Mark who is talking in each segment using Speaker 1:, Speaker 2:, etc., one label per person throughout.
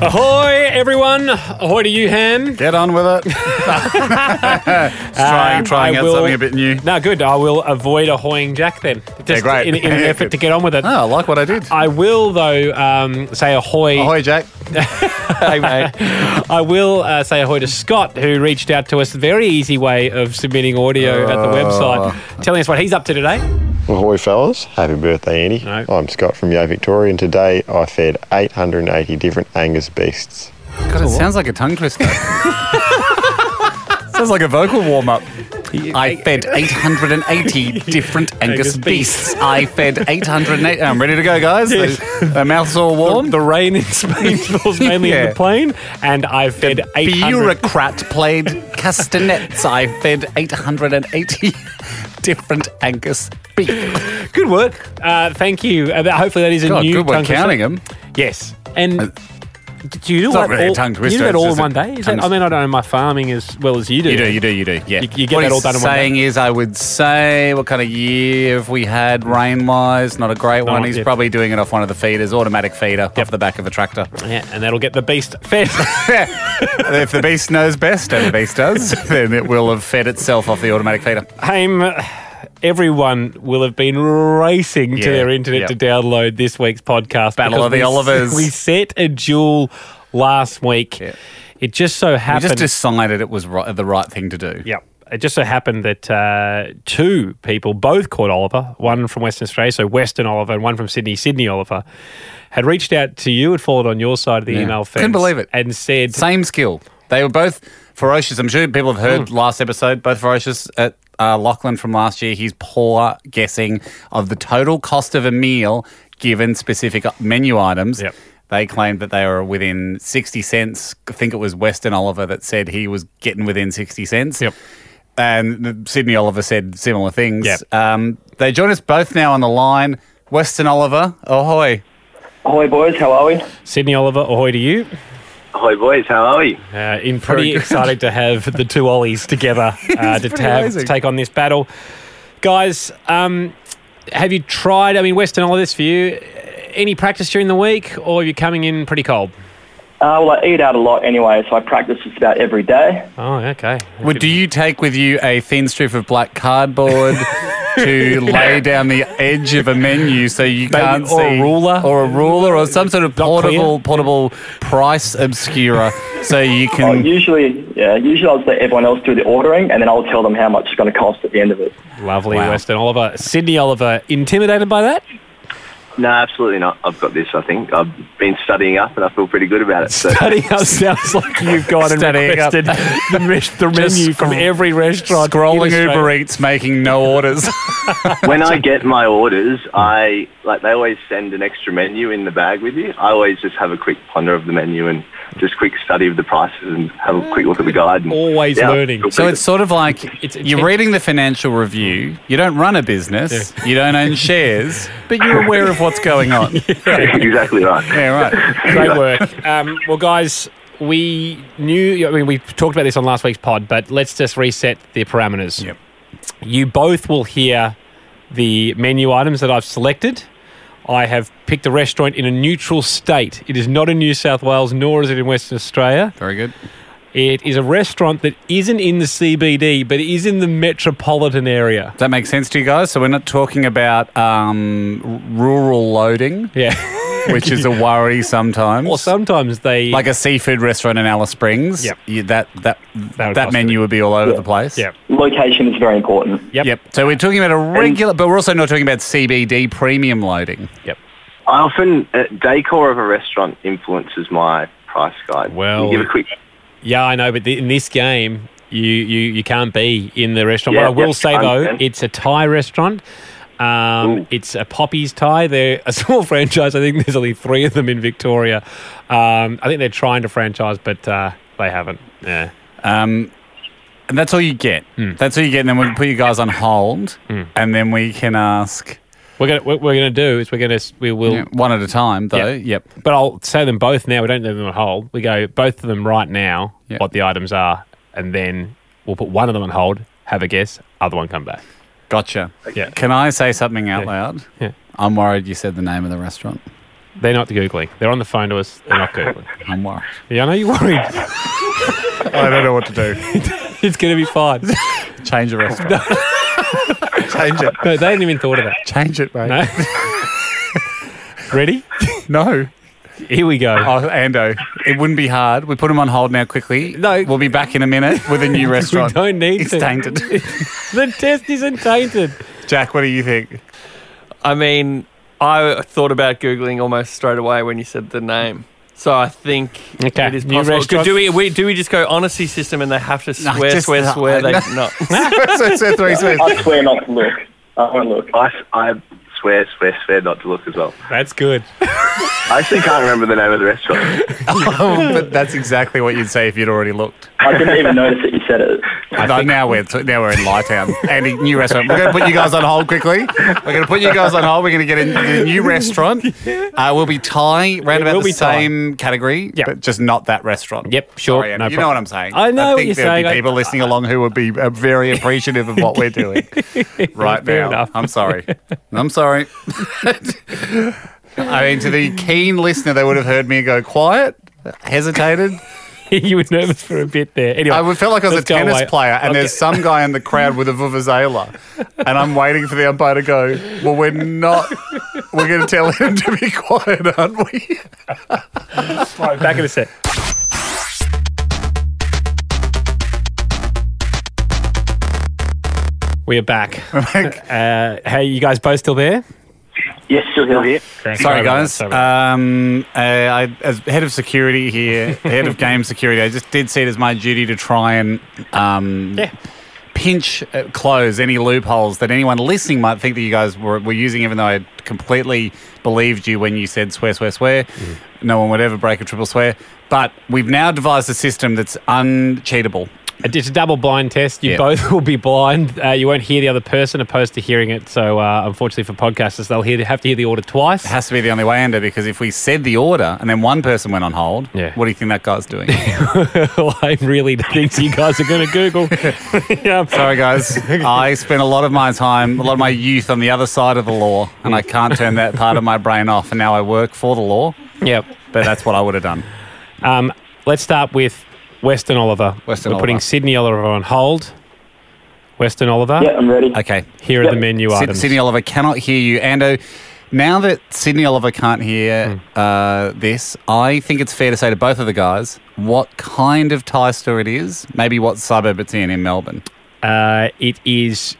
Speaker 1: Ahoy, everyone. Ahoy to you, Ham.
Speaker 2: Get on with it. trying, trying
Speaker 1: I
Speaker 2: out
Speaker 1: will-
Speaker 2: something a bit new.
Speaker 1: No, good. I will avoid ahoying Jack then. Just
Speaker 2: great.
Speaker 1: In, in an
Speaker 2: Yeah,
Speaker 1: effort
Speaker 2: good.
Speaker 1: to get on with it.
Speaker 2: Oh, I like what I did.
Speaker 1: I will, though, um, say ahoy.
Speaker 2: Ahoy, Jack. hey, mate.
Speaker 1: I will uh, say ahoy to Scott, who reached out to us. Very easy way of submitting audio at the
Speaker 2: Uh.
Speaker 1: website, telling us what he's up to today.
Speaker 3: Ahoy, fellas. Happy birthday, Andy.
Speaker 1: No.
Speaker 3: I'm Scott from Yo Victoria, and today I fed 880 different Angus beasts.
Speaker 2: God, it sounds like a tongue twister. sounds like a vocal warm up. I fed 880 different Angus
Speaker 1: Angus
Speaker 2: beasts. I fed 880. I'm ready to go, guys. The, the mouth's all warm.
Speaker 1: The rain in Spain falls mainly in
Speaker 2: Yeah.
Speaker 1: the plane, and I fed 800.
Speaker 2: bureaucrat played castanets. I fed 880 different Angus beasts.
Speaker 1: Good work. Uh, thank you. Uh, that- hopefully, that is a
Speaker 2: God,
Speaker 1: new
Speaker 2: good
Speaker 1: tongue
Speaker 2: work
Speaker 1: twister.
Speaker 2: counting them.
Speaker 1: Yes. And do you do
Speaker 2: not
Speaker 1: that
Speaker 2: really a
Speaker 1: all,
Speaker 2: tongue
Speaker 1: do you do
Speaker 2: twister,
Speaker 1: that
Speaker 2: it's
Speaker 1: all in
Speaker 2: just a
Speaker 1: one day? Is
Speaker 2: tongue-
Speaker 1: that, I mean, I don't know my farming as well as you do.
Speaker 2: You do, you do, you do. Yeah.
Speaker 1: You- you get
Speaker 2: what
Speaker 1: that all
Speaker 2: he's
Speaker 1: done in one
Speaker 2: saying is, I would say, what kind of year have we had rain wise? Not a great one. He's
Speaker 1: yep.
Speaker 2: probably doing it off one of the feeders, automatic feeder, off the back of a tractor.
Speaker 1: Yeah, and that'll get the beast fed.
Speaker 2: if the beast knows best, and the beast does, then it will have fed itself off the automatic feeder.
Speaker 1: Haim, everyone will have been racing to
Speaker 2: Yeah,
Speaker 1: their internet
Speaker 2: yep.
Speaker 1: to download this week's podcast.
Speaker 2: Battle of
Speaker 1: because
Speaker 2: the
Speaker 1: we-
Speaker 2: Olivers.
Speaker 1: We set a duel last week.
Speaker 2: Yeah.
Speaker 1: It just so
Speaker 2: We
Speaker 1: happened.
Speaker 2: just decided it was ri- the right thing to do.
Speaker 1: Yep. It just so happened that uh, two people both caught Oliver, one from Western Australia, so Western Oliver, and one from Sydney, Sydney Oliver, had reached out to you, had followed on your side of the
Speaker 2: Yeah.
Speaker 1: email fence.
Speaker 2: Couldn't believe it.
Speaker 1: And said,
Speaker 2: Same skill. They were both ferocious. I'm sure people have
Speaker 1: Hmm.
Speaker 2: heard last episode, both ferocious at uh, Lachlan from last year. His poor guessing of the total cost of a meal given specific menu items.
Speaker 1: Yep.
Speaker 2: They claimed that they were within 60 cents. I think it was Weston Oliver that said he was getting within 60 cents.
Speaker 1: Yep.
Speaker 2: And the- Sydney Oliver said similar things.
Speaker 1: Yep.
Speaker 2: Um, they join us both now on the line. Weston Oliver, ahoy.
Speaker 4: Hi boys, how are we?
Speaker 1: Sydney Oliver, ahoy to you.
Speaker 4: Hi boys, how are we?
Speaker 1: Uh, in pretty excited to have the two Ollies together uh, to, have,
Speaker 2: pretty
Speaker 1: to
Speaker 2: amazing.
Speaker 1: take on this battle. Guys, um, have you tried, I mean, Western Oliver, this for you, any practice during the week, or are you coming in pretty cold?
Speaker 4: Uh, well, I eat out a lot anyway, so I practice just about every day.
Speaker 1: Oh, okay.
Speaker 2: Would, do you take with you a thin strip of black cardboard to lay down the edge of a menu so you can't
Speaker 1: or a
Speaker 2: see,
Speaker 1: ruler.
Speaker 2: or a ruler, or some sort of
Speaker 1: Not clear.
Speaker 2: portable portable price obscurer so
Speaker 1: Oh,
Speaker 2: you
Speaker 4: I
Speaker 5: Hmm.
Speaker 2: can?
Speaker 4: usually, yeah, usually I'll just let everyone else do the ordering, and then I'll tell them how much it's going to cost at the end of it.
Speaker 1: Lovely
Speaker 2: Wow.
Speaker 1: Western Oliver. Sydney Oliver, intimidated by that?
Speaker 5: No, absolutely not. I've got this. I think I've been studying up, and I feel pretty good about it. So
Speaker 1: Studying up sounds like you've gone and
Speaker 2: Studying up.
Speaker 1: requested the, res- the
Speaker 2: Just
Speaker 1: menu from
Speaker 2: scroll-
Speaker 1: every restaurant.
Speaker 2: Scrolling
Speaker 1: in
Speaker 2: Uber
Speaker 1: Australia.
Speaker 2: Eats, making no orders.
Speaker 5: when I get my orders, I like they always send an extra menu in the bag with you. I always just have a quick ponder of the menu and just quick study of the prices and have a quick look at the guide. And,
Speaker 1: Always
Speaker 5: I
Speaker 1: learning.
Speaker 5: feel
Speaker 2: So
Speaker 5: pretty
Speaker 2: it's sort of like
Speaker 1: It's- it's-
Speaker 2: you're reading the financial review. You don't run a business. You don't own shares, but you're aware of what's going on.
Speaker 5: good. exactly right.
Speaker 2: Yeah, right.
Speaker 1: Great work. Um, well, guys, we knew, I mean, we talked about this on last week's pod, but let's just reset the parameters.
Speaker 2: Yep.
Speaker 1: You both will hear the menu items that I've selected. I have picked a restaurant in a neutral state. It is not in New South Wales, nor is it in Western Australia.
Speaker 2: Very good.
Speaker 1: It is a restaurant that isn't in the CBD, but is in the metropolitan area.
Speaker 2: Does that make sense to you guys? So we're not talking about um, r- rural loading,
Speaker 1: Yeah.
Speaker 2: which is a worry sometimes.
Speaker 1: or sometimes they
Speaker 2: like a seafood restaurant in Alice Springs.
Speaker 1: Yep.
Speaker 2: You, that that
Speaker 1: That
Speaker 2: that,
Speaker 1: would cost a
Speaker 2: menu would be all over
Speaker 4: Yeah.
Speaker 2: the place.
Speaker 1: Yep.
Speaker 4: Location is very important.
Speaker 1: Yep.
Speaker 2: Yep. So we're talking about a regular, but we're also not talking about CBD premium loading.
Speaker 1: Yep.
Speaker 5: I often uh, decor of a restaurant influences my price guide.
Speaker 1: Well-
Speaker 5: you give a quick.
Speaker 1: Yeah, I know, but th- in this game, you, you, you can't be in the restaurant.
Speaker 5: Yeah,
Speaker 1: what I will
Speaker 5: yep,
Speaker 1: say,
Speaker 5: I
Speaker 1: though,
Speaker 5: understand.
Speaker 1: it's a Thai restaurant. Um,
Speaker 5: Ooh.
Speaker 1: it's a Poppy's Thai. They're a small franchise. I think there's only three of them in Victoria. Um, I think they're trying to franchise, but uh, they haven't. Yeah.
Speaker 2: Um, And that's all you get.
Speaker 1: Hmm.
Speaker 2: That's all you get. And then we can put you guys on hold, and then we can ask
Speaker 1: We're gonna what we're gonna do is we're gonna s- we will.
Speaker 2: you know, one at a time, though.
Speaker 1: Yep.
Speaker 2: Yep.
Speaker 1: But I'll say them both now. We don't leave them on hold. We go both of them right now.
Speaker 2: Yeah.
Speaker 1: What the items are, and then we'll put one of them on hold. Have a guess. Other one come back.
Speaker 2: Gotcha.
Speaker 1: Yeah.
Speaker 2: Can I say something out loud?
Speaker 1: Yeah.
Speaker 2: I'm worried you said the name of the restaurant.
Speaker 1: They're not googling. They're on the phone to us. They're not googling.
Speaker 2: I'm worried.
Speaker 1: yeah, I know you're worried.
Speaker 2: I don't know what to do.
Speaker 1: It's gonna be fine.
Speaker 2: Change the restaurant. Change it.
Speaker 1: No, they hadn't even thought of that.
Speaker 2: Change it, mate.
Speaker 1: No. Ready?
Speaker 2: No.
Speaker 1: Here we go.
Speaker 2: Oh, Ando, it wouldn't be hard. We put him on hold now quickly. No. We'll be back in a minute with a new restaurant.
Speaker 1: don't need
Speaker 2: It's
Speaker 1: to.
Speaker 2: tainted.
Speaker 1: The test isn't tainted.
Speaker 2: Jack, what do you think?
Speaker 6: I mean, I thought about googling almost straight away when you said the name. So I think
Speaker 1: Okay,
Speaker 6: it is
Speaker 1: new
Speaker 6: possible.
Speaker 1: restaurant.
Speaker 6: Do we, we do we just go honesty system and they have to
Speaker 2: No,
Speaker 6: swear,
Speaker 2: just-
Speaker 6: swear,
Speaker 2: no,
Speaker 6: swear? They
Speaker 2: no.
Speaker 6: no.
Speaker 2: so, so three sweets.
Speaker 4: I swear not to look. I won't look.
Speaker 5: I, I swear, swear, swear not to look as well.
Speaker 1: That's good.
Speaker 5: I actually can't remember the name of the restaurant.
Speaker 2: Um, but that's exactly what you'd say if you'd already looked.
Speaker 4: I didn't even notice that you said it.
Speaker 2: No, now we're now we're in Lytown. Andy, new restaurant. We're going to put you guys on hold quickly. We're going to put you guys on hold. We're going to get a, a new restaurant. Uh, we'll be Thai, round about
Speaker 1: will
Speaker 2: the
Speaker 1: be Thai.
Speaker 2: same category,
Speaker 1: Yep.
Speaker 2: but just not that restaurant.
Speaker 1: Yep, sure,
Speaker 2: Sorry, Andy.
Speaker 1: no
Speaker 2: you know
Speaker 1: problem.
Speaker 2: what I'm saying.
Speaker 1: I know
Speaker 2: I
Speaker 1: what
Speaker 2: think
Speaker 1: you're
Speaker 2: there'll
Speaker 1: saying.
Speaker 2: Be
Speaker 1: I-
Speaker 2: people listening along who will be uh, very appreciative of what we're doing right
Speaker 1: Fair
Speaker 2: now.
Speaker 1: enough.
Speaker 2: I'm sorry. I'm sorry. I mean, to the keen listener, they would have heard me go quiet, hesitated.
Speaker 1: you were nervous for a bit there. Anyway,
Speaker 2: I would felt like I was
Speaker 1: let's
Speaker 2: a
Speaker 1: go away.
Speaker 2: tennis player, and
Speaker 1: Okay.
Speaker 2: there's some guy in the crowd with a vuvuzela, and I'm waiting for the umpire to go. Well, we're not. We're going to tell him to be quiet, aren't we?
Speaker 1: Right, back in a sec. We are back. uh, hey, you guys both still there?
Speaker 4: Yes, still here.
Speaker 2: Sorry,
Speaker 1: about
Speaker 2: guys.
Speaker 1: that, sorry about
Speaker 2: Um, uh, I, as head of security here, head of game security, I just did see it as my duty to try and um,
Speaker 1: Yeah.
Speaker 2: pinch uh, close any loopholes that anyone listening might think that you guys were, were using, even though I completely believed you when you said swear, swear, swear.
Speaker 1: Mm-hmm.
Speaker 2: No one would ever break a triple swear. But we've now devised a system that's uncheatable.
Speaker 1: It's a double blind test. You
Speaker 2: Yeah.
Speaker 1: both will be blind. Uh, you won't hear the other person opposed to hearing it. So, uh, unfortunately for podcasters, they'll hear, have to hear the order twice.
Speaker 2: It has to be the only way, Ender, because if we said the order and then one person went on hold,
Speaker 1: Yeah.
Speaker 2: what do you think that guy's doing?
Speaker 1: I really think you guys are going to Google. yeah,
Speaker 2: Sorry, guys. I spent a lot of my time, a lot of my youth on the other side of the law, and I can't turn that part of my brain off. And now I work for the law,
Speaker 1: Yep.
Speaker 2: but that's what I would have done.
Speaker 1: Um, let's start with Western Oliver.
Speaker 2: Weston
Speaker 1: We're putting
Speaker 2: Oliver.
Speaker 1: Sydney Oliver on hold. Western Oliver.
Speaker 4: Yeah, I'm ready.
Speaker 2: Okay.
Speaker 1: Here are
Speaker 4: Yep.
Speaker 1: the menu
Speaker 2: Syd-
Speaker 1: items.
Speaker 2: Sydney Oliver cannot hear you. Ando, now that Sydney Oliver can't hear
Speaker 1: Hmm.
Speaker 2: uh, this, I think it's fair to say to both of the guys what kind of Thai store it is, maybe what suburb it's in in Melbourne.
Speaker 1: Uh, it is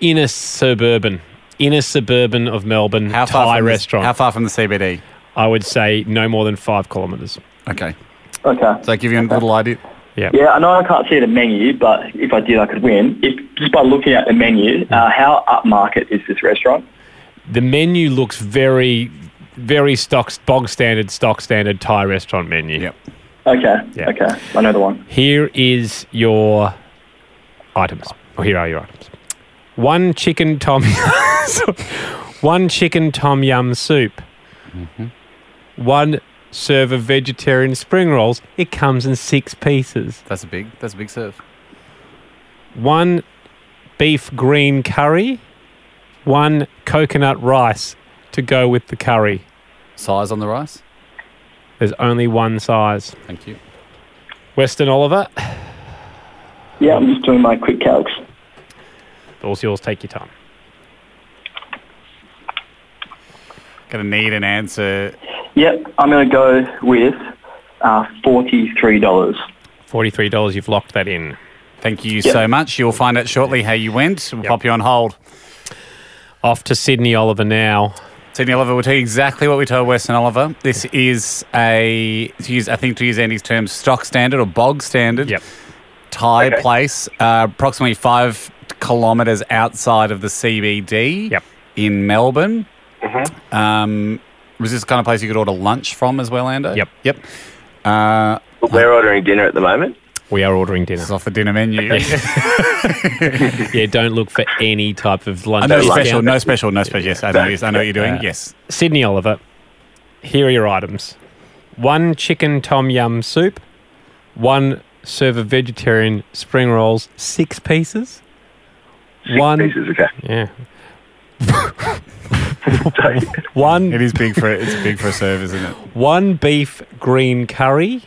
Speaker 1: inner suburban, inner suburban of Melbourne.
Speaker 2: How
Speaker 1: Thai
Speaker 2: far from the-
Speaker 1: restaurant.
Speaker 2: how far from the CBD?
Speaker 1: I would say no more than five kilometres.
Speaker 2: Okay.
Speaker 4: Okay.
Speaker 2: Does that give you a little idea?
Speaker 1: Yeah.
Speaker 4: Yeah, I know I can't see the menu, but if I did, I could win. If just by looking at the menu, uh, how upmarket is this restaurant?
Speaker 1: The menu looks very, very stock bog standard, stock standard Thai restaurant menu.
Speaker 2: Yep.
Speaker 4: Okay,
Speaker 1: Yeah.
Speaker 4: okay, I know the one.
Speaker 1: Here is your items. Or here are your items. One chicken tom one chicken tom yum soup. One serve of vegetarian spring rolls. It comes in six pieces.
Speaker 2: That's a big. That's a big serve.
Speaker 1: One beef green curry. One coconut rice to go with the curry.
Speaker 2: Size on the rice.
Speaker 1: There's only one size.
Speaker 2: Thank you.
Speaker 1: Western Oliver,
Speaker 4: Yeah, I'm just doing my quick calcs.
Speaker 1: all's yours. Take your time.
Speaker 2: Gonna need an answer.
Speaker 4: Yep, I'm going to go with uh, forty-three dollars.
Speaker 1: $43. You've locked that in.
Speaker 2: Thank you so much. You'll find out shortly how you went. We'll pop you on hold.
Speaker 1: Off to Sydney Oliver now.
Speaker 2: Sydney Oliver, we'll tell you exactly what we told Weston Oliver. This is a, to use, I think to use Andy's terms, stock standard or bog standard
Speaker 1: Yep.
Speaker 2: Thai place, uh, approximately five kilometres outside of the CBD
Speaker 1: Yep.
Speaker 2: in Melbourne. Um, was this the kind of place you could order lunch from as well, Ando?
Speaker 1: Yep.
Speaker 2: Yep. Uh,
Speaker 5: We're ordering dinner at the moment.
Speaker 1: We are ordering dinner.
Speaker 2: It's off the dinner menu.
Speaker 1: Yeah, don't look for any type of lunch.
Speaker 2: no
Speaker 1: discount.
Speaker 2: special, no special, no special. Yes, I know, yes, I know what you're doing. Yes.
Speaker 1: Sydney Oliver, here are your items one chicken tom yum soup, one serve of vegetarian spring rolls, six pieces.
Speaker 5: Six pieces, okay.
Speaker 1: Yeah.
Speaker 5: So,
Speaker 2: It
Speaker 1: One,
Speaker 2: is big for it's big for a serve, isn't it?
Speaker 1: one beef green curry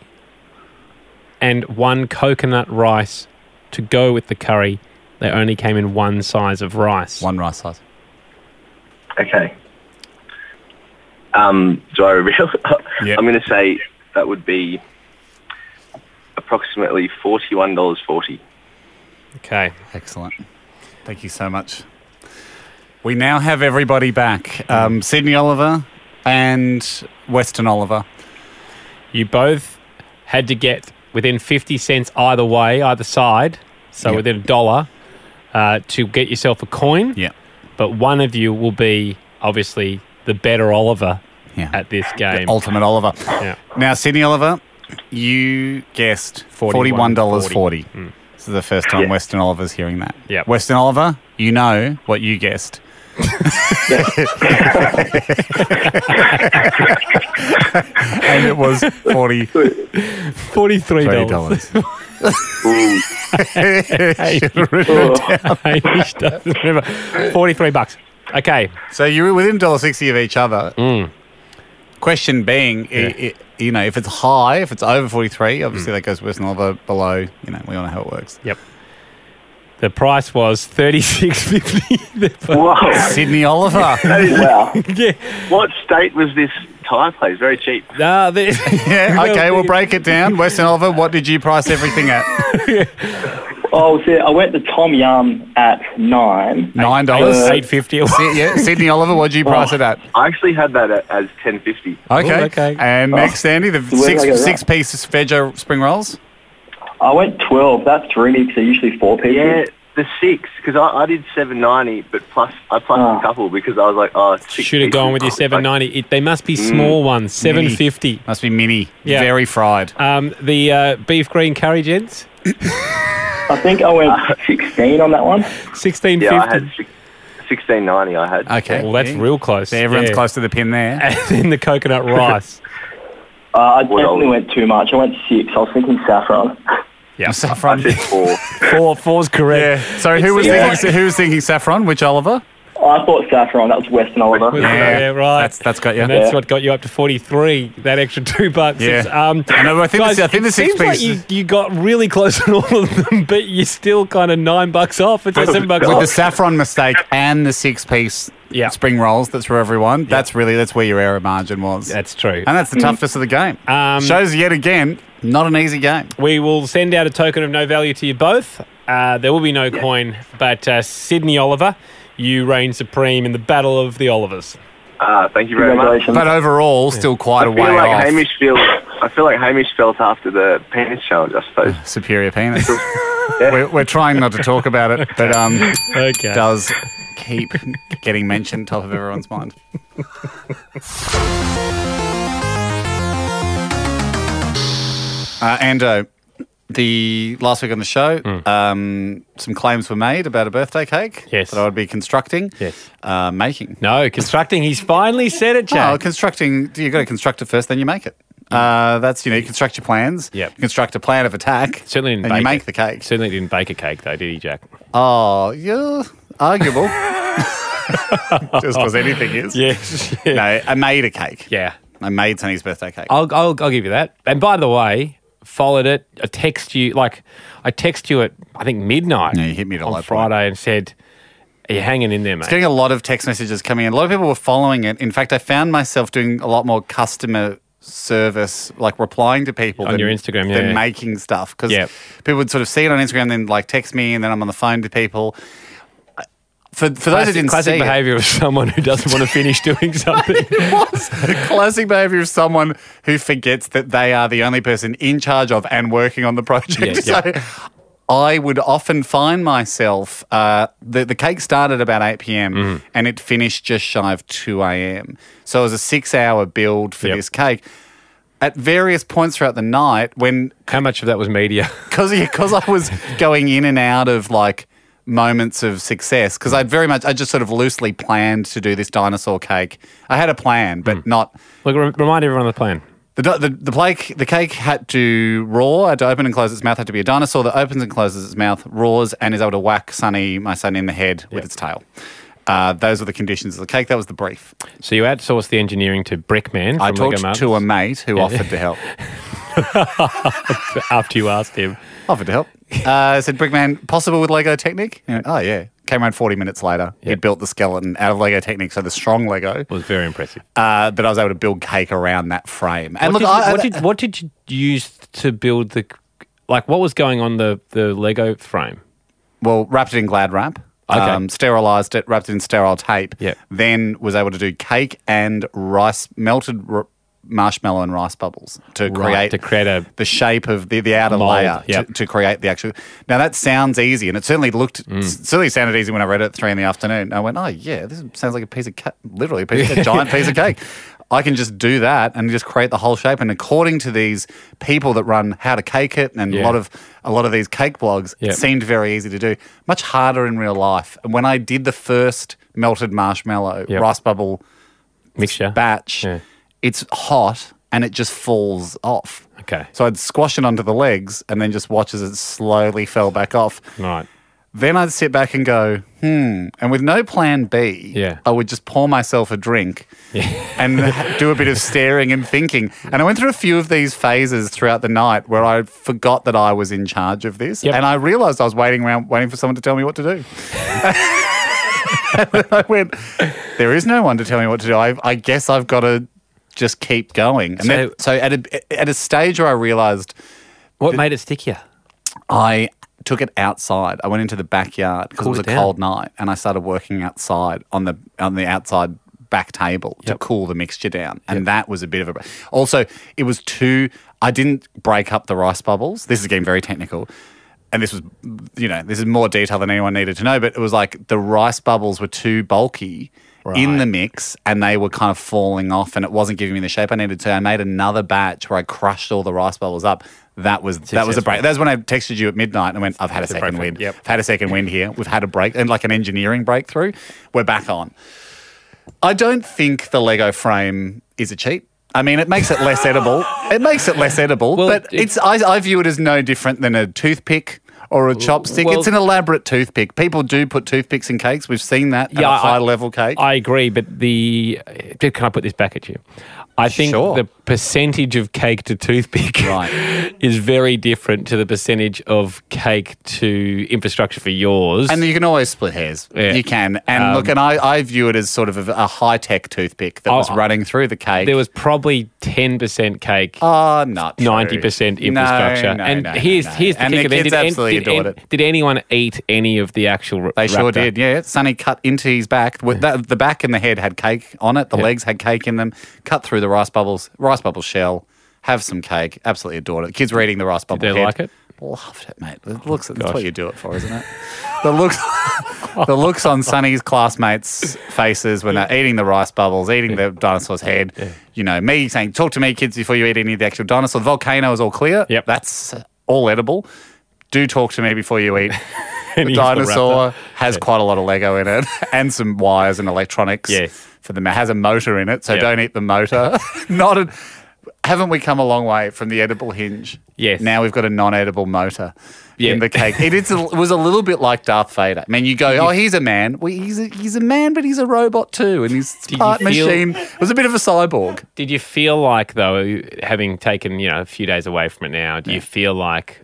Speaker 1: and one coconut rice to go with the curry. They only came in one size of rice.
Speaker 2: One rice size.
Speaker 5: okay. Um, do I reveal?
Speaker 2: Yep.
Speaker 5: I'm going to say that would be approximately $41.40.
Speaker 1: Okay.
Speaker 2: Excellent. Thank you so much. We now have everybody back. Um, Sydney Oliver and Western Oliver.
Speaker 1: You both had to get within 50 cents either way, either side, so
Speaker 2: Yep.
Speaker 1: within a dollar, uh, to get yourself a coin.
Speaker 2: Yeah.
Speaker 1: But one of you will be obviously the better Oliver
Speaker 2: Yeah.
Speaker 1: at this game.
Speaker 2: Ultimate Oliver.
Speaker 1: Yeah.
Speaker 2: Now, Sydney Oliver, you guessed
Speaker 1: $41.40.
Speaker 2: $41.40. This is the first time Western Oliver's hearing that.
Speaker 1: Yep.
Speaker 2: Western Oliver, you know what you guessed. and it was 40
Speaker 1: $43.
Speaker 5: Ooh,
Speaker 2: $40.
Speaker 1: Hamish doesn't remember. 43 bucks. Okay.
Speaker 2: So you were within $1.60 of each other.
Speaker 1: Mm.
Speaker 2: Question being, i i you know, if it's high, if it's over 43, obviously
Speaker 1: Mm.
Speaker 2: that goes Western Oliver below, you know, we all know how it works.
Speaker 1: Yep. The price was thirty six fifty.
Speaker 5: whoa.
Speaker 2: Sydney Oliver.
Speaker 5: wow.
Speaker 1: yeah.
Speaker 5: What state was this Thai place? Very cheap.
Speaker 1: Nah, the-
Speaker 2: Yeah, okay,
Speaker 1: Well,
Speaker 2: we'll break it down. Western Oliver, what did you price everything at?
Speaker 4: Oh, see, I went to Tom Yum at nine.
Speaker 2: Nine dollars.
Speaker 5: Uh,
Speaker 1: Eight- eight fifty. Oh.
Speaker 2: Si- yeah, Sydney Oliver, what did you price it at?
Speaker 5: I actually had that at, as 1050.
Speaker 1: Ooh,
Speaker 2: Okay.
Speaker 1: Oh, okay.
Speaker 2: And next, Andy, the
Speaker 4: did I go
Speaker 2: six
Speaker 4: wrong?
Speaker 2: six piece veggie spring rolls.
Speaker 4: I went twelve. That threw me because they're usually four people.
Speaker 5: Yeah, the six because I, I did seven ninety, but plus I plus
Speaker 4: Oh.
Speaker 5: a couple because I was like, oh, six
Speaker 1: Should have gone with your
Speaker 5: pieces.
Speaker 1: seven ninety. It, they must
Speaker 5: Mm,
Speaker 1: be small ones. Seven fifty.
Speaker 2: Must be mini.
Speaker 1: Yeah.
Speaker 2: Very fried.
Speaker 1: Um, the uh, beef green curry, gents,
Speaker 4: I think I went sixteen on that one.
Speaker 1: sixteen
Speaker 5: Like, yeah, I
Speaker 1: fifty.
Speaker 5: had six, sixteen ninety. I had
Speaker 2: Okay.
Speaker 1: Uh, Well, that's
Speaker 2: Yeah.
Speaker 1: real close.
Speaker 2: So everyone's
Speaker 1: Yeah.
Speaker 2: close to the pin there.
Speaker 1: And then the coconut rice.
Speaker 4: Uh, I
Speaker 5: What
Speaker 4: definitely
Speaker 5: else?
Speaker 4: went too much. I went six. I was thinking saffron.
Speaker 1: yeah.
Speaker 5: I
Speaker 2: Saffron.
Speaker 5: did four.
Speaker 1: Four, four's correct.
Speaker 2: Yeah. So who was
Speaker 1: Yeah.
Speaker 2: thinking? Who was thinking saffron? Which Oliver?
Speaker 4: I thought saffron. That was Western Oliver.
Speaker 1: Was- Yeah, right.
Speaker 2: That's that's got you.
Speaker 1: And that's
Speaker 4: Yeah.
Speaker 1: what got you up to forty three. That extra two bucks.
Speaker 2: Yeah.
Speaker 1: It's, Um,
Speaker 2: I know, but I think
Speaker 1: guys,
Speaker 2: the- I think
Speaker 1: it
Speaker 2: the six
Speaker 1: seems like you,
Speaker 2: pieces-
Speaker 1: you got really close on all of them, but you're still kind of nine bucks off. It's like seven bucks
Speaker 2: With
Speaker 1: off.
Speaker 2: the saffron mistake and the six piece
Speaker 1: Yeah.
Speaker 2: spring rolls that's for everyone, that's really that's where your error margin was.
Speaker 1: that's true.
Speaker 2: And that's the toughest of the game.
Speaker 1: Um,
Speaker 2: Shows yet again, not an easy game.
Speaker 1: We will send out a token of no value to you both. Uh, there will be no coin, but uh, Sydney Oliver, you reign supreme in the battle of the Olivers.
Speaker 5: Uh, thank you very much.
Speaker 4: Congratulations.
Speaker 2: But overall, still quite
Speaker 5: I
Speaker 2: a way
Speaker 5: feel like
Speaker 2: off.
Speaker 5: Hamish feels. I feel like Hamish felt after the penis challenge. I suppose.
Speaker 2: Superior penis. we're, we're trying not to talk about it, but um,
Speaker 1: Okay.
Speaker 2: does keep getting mentioned top of everyone's mind. Uh, Ando, the last week on the show,
Speaker 1: Hmm.
Speaker 2: um, some claims were made about a birthday cake
Speaker 1: Yes.
Speaker 2: that I would be constructing,
Speaker 1: Yes.
Speaker 2: uh, making.
Speaker 1: No, constructing. He's finally said it,
Speaker 2: No,
Speaker 1: Jack.
Speaker 2: constructing. You've got to construct it first, then you make it. Uh, that's you know you construct your plans.
Speaker 1: Hmm. Yep.
Speaker 2: You construct a plan of attack.
Speaker 1: Certainly didn't
Speaker 2: and you
Speaker 1: bake
Speaker 2: make
Speaker 1: it.
Speaker 2: the cake.
Speaker 1: Certainly didn't bake a cake, though, did he, Jack?
Speaker 2: Oh, yeah, arguable. Just because anything is.
Speaker 1: Yes.
Speaker 2: No, I made a cake.
Speaker 1: yeah. Oh.
Speaker 2: I made Sunny's birthday cake.
Speaker 1: I'll, I'll, I'll give you that. And by the way, followed it. I text you, like, I text you at, I think, midnight
Speaker 2: Yeah, you hit me at a low
Speaker 1: on
Speaker 2: point.
Speaker 1: Friday and said, Are you hanging in there, mate?
Speaker 2: Getting a lot of text messages coming in. A lot of people were following it. In fact, I found myself doing a lot more customer service, like replying to people
Speaker 1: On your Instagram, yeah,
Speaker 2: than
Speaker 1: yeah.
Speaker 2: making stuff because
Speaker 1: Yep.
Speaker 2: people would sort of see it on Instagram, then like text me, and then I'm on the phone to people. I- For, for those who
Speaker 1: Classic,
Speaker 2: didn't
Speaker 1: classic
Speaker 2: see it-
Speaker 1: behavior of someone who doesn't want to finish doing something.
Speaker 2: was classic behavior of someone who forgets that they are the only person in charge of and working on the project.
Speaker 1: Yeah,
Speaker 2: So I would often find myself uh, the the cake started about eight pm
Speaker 1: Mm.
Speaker 2: and it finished just shy of two a.m. So it was a six hour build for
Speaker 1: Yep.
Speaker 2: this cake. at various points throughout the night when
Speaker 1: How much of that was media?
Speaker 2: because because I was going in and out of like moments of success because I'd very much I just sort of loosely planned to do this dinosaur cake. I had a plan, but
Speaker 1: Mm.
Speaker 2: not
Speaker 1: Look, re- remind everyone of the plan.
Speaker 2: the do- the the, plake, the cake had to roar, had to open and close its mouth, had to be a dinosaur that opens and closes its mouth, roars, and is able to whack Sonny, my son, in the head with its tail. Uh, those were the conditions of the cake. That was the brief.
Speaker 1: So you outsourced the engineering to Brickman. From
Speaker 2: I
Speaker 1: Lego
Speaker 2: talked
Speaker 1: Martins
Speaker 2: to a mate who offered to help.
Speaker 1: after you asked him.
Speaker 2: Offered to help. Uh, I said, Brickman, possible with Lego Technic? He went, oh, yeah. Came around 40 minutes later. He'd built the skeleton out of Lego Technic, so the strong Lego,
Speaker 1: was very impressive.
Speaker 2: uh, that I was able to build cake around that frame. And
Speaker 1: what, did
Speaker 2: look,
Speaker 1: you,
Speaker 2: I,
Speaker 1: what, did, what did you use to build the like? What was going on the the Lego frame?
Speaker 2: well, wrapped it in glad wrap. um,
Speaker 1: Okay.
Speaker 2: sterilized it, wrapped it in sterile tape.
Speaker 1: Yeah.
Speaker 2: Then was able to do cake and rice, melted r- marshmallow and rice bubbles to
Speaker 1: Right,
Speaker 2: create
Speaker 1: to create a-
Speaker 2: the shape of the, the outer
Speaker 1: Mold,
Speaker 2: layer
Speaker 1: yep.
Speaker 2: to, to create the actual. Now that sounds easy, and it certainly looked
Speaker 1: Mm.
Speaker 2: certainly sounded easy when I read it at three in the afternoon. I went, oh yeah, this sounds like a piece of ca- literally a, piece, a giant piece of cake. I can just do that and just create the whole shape. And according to these people that run how to cake it and
Speaker 1: Yeah.
Speaker 2: a lot of a lot of these cake blogs,
Speaker 1: Yep.
Speaker 2: it seemed very easy to do. Much harder in real life. And when I did the first melted marshmallow
Speaker 1: Yep.
Speaker 2: rice bubble
Speaker 1: Mixture.
Speaker 2: batch,
Speaker 1: Yeah.
Speaker 2: it's hot and it just falls off.
Speaker 1: Okay.
Speaker 2: So I'd squash it onto the legs and then just watch as it slowly fell back off.
Speaker 1: Right.
Speaker 2: Then I'd sit back and go, hmm. And with no plan B,
Speaker 1: Yeah.
Speaker 2: I would just pour myself a drink and ha- do a bit of staring and thinking. And I went through a few of these phases throughout the night where I forgot that I was in charge of this.
Speaker 1: Yep.
Speaker 2: And I realized I was waiting around, waiting for someone to tell me what to do. I went, there is no one to tell me what to do. I, I guess I've got to just keep going. And so, then, so at, a, at a stage where I realized
Speaker 1: What made it stickier?
Speaker 2: I took it outside. I went into the backyard because it
Speaker 1: Cool
Speaker 2: was
Speaker 1: it
Speaker 2: a
Speaker 1: down.
Speaker 2: cold night, and I started working outside on the on the outside back table to cool the mixture down. And that was a bit of a. Also, it was too. I didn't break up the rice bubbles. This is getting very technical. And this was, you know, this is more detail than anyone needed to know, but it was like the rice bubbles were too bulky in the mix and they were kind of falling off and it wasn't giving me the shape I needed to. I made another batch where I crushed all the rice bubbles up. That was that was a
Speaker 1: Successful.
Speaker 2: break. That's when I texted you at midnight and went, I've had a second
Speaker 1: breakthrough.
Speaker 2: wind.
Speaker 1: Yep.
Speaker 2: I've had a second wind here. We've had a break and like an engineering breakthrough. We're back on. I don't think the Lego frame is a cheat. I mean, it makes it less edible. It makes it less edible,
Speaker 1: Well,
Speaker 2: but
Speaker 1: it-
Speaker 2: it's I, I view it as no different than a toothpick or a chopstick.
Speaker 1: well-
Speaker 2: it's an elaborate toothpick. People do put toothpicks in cakes. We've seen that at a high level cake.
Speaker 1: I agree, but the can I put this back at you? I think
Speaker 2: Sure.
Speaker 1: the percentage of cake to toothpick
Speaker 2: Right.
Speaker 1: is very different to the percentage of cake to infrastructure for yours.
Speaker 2: and you can always split hairs.
Speaker 1: Yeah. Um,
Speaker 2: You can. And look, and I, I view it as sort of a, a high tech toothpick that was
Speaker 1: Oh,
Speaker 2: running through the cake.
Speaker 1: there was probably ten percent cake.
Speaker 2: Ah, not true.
Speaker 1: 90% infrastructure.
Speaker 2: No, no,
Speaker 1: and
Speaker 2: no, no,
Speaker 1: here's
Speaker 2: no.
Speaker 1: here's the
Speaker 2: and
Speaker 1: kicker.
Speaker 2: the
Speaker 1: then,
Speaker 2: kids
Speaker 1: an-
Speaker 2: absolutely
Speaker 1: did,
Speaker 2: adored
Speaker 1: an-
Speaker 2: it.
Speaker 1: did anyone eat any of the actual? r-
Speaker 2: They sure
Speaker 1: raptor?
Speaker 2: did. Yeah, Sonny cut into his back. With that, the back and the head had cake on it. The legs had cake in them. Cut through the rice bubbles, rice bubble shell. Have some cake. Absolutely adored it. Kids were eating the rice bubble.
Speaker 1: they
Speaker 2: head.
Speaker 1: like it?
Speaker 2: Loved it, mate. It looks. that's what you do it for, isn't it? the looks. the looks on Sonny's classmates' faces when they're eating the rice bubbles, eating the dinosaur's head. You know, me saying, "Talk to me, kids, before you eat any of the actual dinosaur." The volcano is all clear.
Speaker 1: Yep.
Speaker 2: that's all edible. Do talk to me before you eat. the
Speaker 1: Any of the
Speaker 2: dinosaur has quite a lot of Lego in it, and some wires and electronics.
Speaker 1: Yes.
Speaker 2: for them, it has a motor in it, so
Speaker 1: Yep.
Speaker 2: don't eat the motor. Not. A, haven't we come a long way from the edible hinge?
Speaker 1: Yes.
Speaker 2: Now we've got a non-edible motor
Speaker 1: Yeah.
Speaker 2: in the cake. It is. a- It was a little bit like Darth Vader. I mean, you go, oh, he's a man. Well, he's a, he's a man, but he's a robot too, and he's
Speaker 1: you
Speaker 2: part
Speaker 1: feel-
Speaker 2: machine. It was a bit of a cyborg.
Speaker 1: Did you feel like though, having taken you know a few days away from it now, do you feel like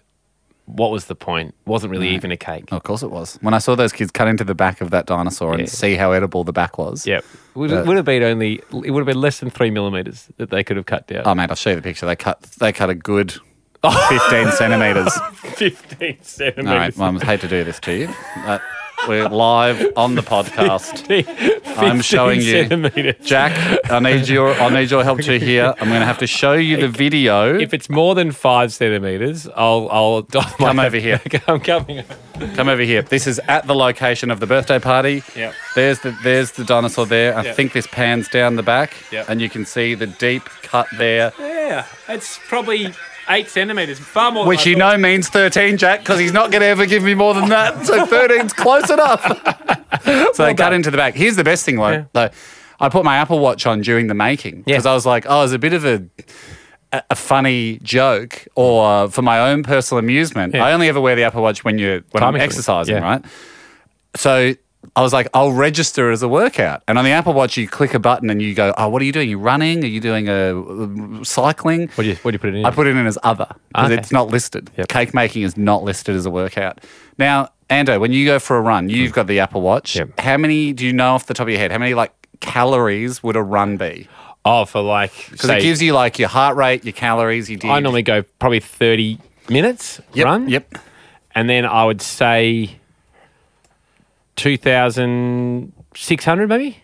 Speaker 1: what was the point? Wasn't really even a cake.
Speaker 2: of course, it was. When I saw those kids cut into the back of that dinosaur
Speaker 1: Yeah.
Speaker 2: and see how edible the back was.
Speaker 1: Yep. Would, would have been only. It would have been less than three millimeters that they could have cut down.
Speaker 2: Oh, mate, I'll show you the picture. They cut. They cut a good. 15 centimetres.
Speaker 1: Fifteen centimeters.
Speaker 2: All right, well, I hate to do this to you. but we're live on the podcast. I'm showing you.
Speaker 1: Centimeters.
Speaker 2: Jack, I need your I need your help too here. I'm going to have to show you the video.
Speaker 1: If it's more than five centimeters, I'll I'll
Speaker 2: Come over here.
Speaker 1: I'm coming.
Speaker 2: Come over here. This is at the location of the birthday party.
Speaker 1: Yep.
Speaker 2: There's the there's the dinosaur there. I
Speaker 1: Yep.
Speaker 2: think this pans down the back,
Speaker 1: Yep.
Speaker 2: and you can see the deep cut there
Speaker 1: Yeah, it's probably eight centimeters, far more. than
Speaker 2: Which
Speaker 1: I
Speaker 2: you
Speaker 1: thought.
Speaker 2: know means 13, Jack, because he's not going to ever give me more than that. So 13's close enough. so they cut into the back. Here's the best thing, though.
Speaker 1: Yeah.
Speaker 2: though I put my Apple Watch on during the making because I was like, oh, it's a bit of a, a, a funny joke or uh, for my own personal amusement.
Speaker 1: Yeah.
Speaker 2: I only ever wear the Apple Watch when, you're, when I'm
Speaker 1: Timing's right.
Speaker 2: exercising,
Speaker 1: Yeah.
Speaker 2: right? So I was like, I'll register as a workout. And on the Apple Watch, you click a button and you go, oh, what are you doing? You running? Are you doing a uh, cycling?
Speaker 1: What do you what do you put it in? Ah,
Speaker 2: I put it in as other because
Speaker 1: Okay.
Speaker 2: it's not listed.
Speaker 1: Yep.
Speaker 2: Cake making is not listed as a workout. Now, Ando, when you go for a run, you've got the Apple Watch.
Speaker 1: Mm. Yep.
Speaker 2: How many do you know off the top of your head? How many like calories would a run be?
Speaker 1: oh, for like
Speaker 2: Because it gives you like your heart rate, your calories, your did.
Speaker 1: I normally go probably thirty minutes
Speaker 2: yep,
Speaker 1: run.
Speaker 2: Yep.
Speaker 1: and then I would say two thousand six hundred maybe.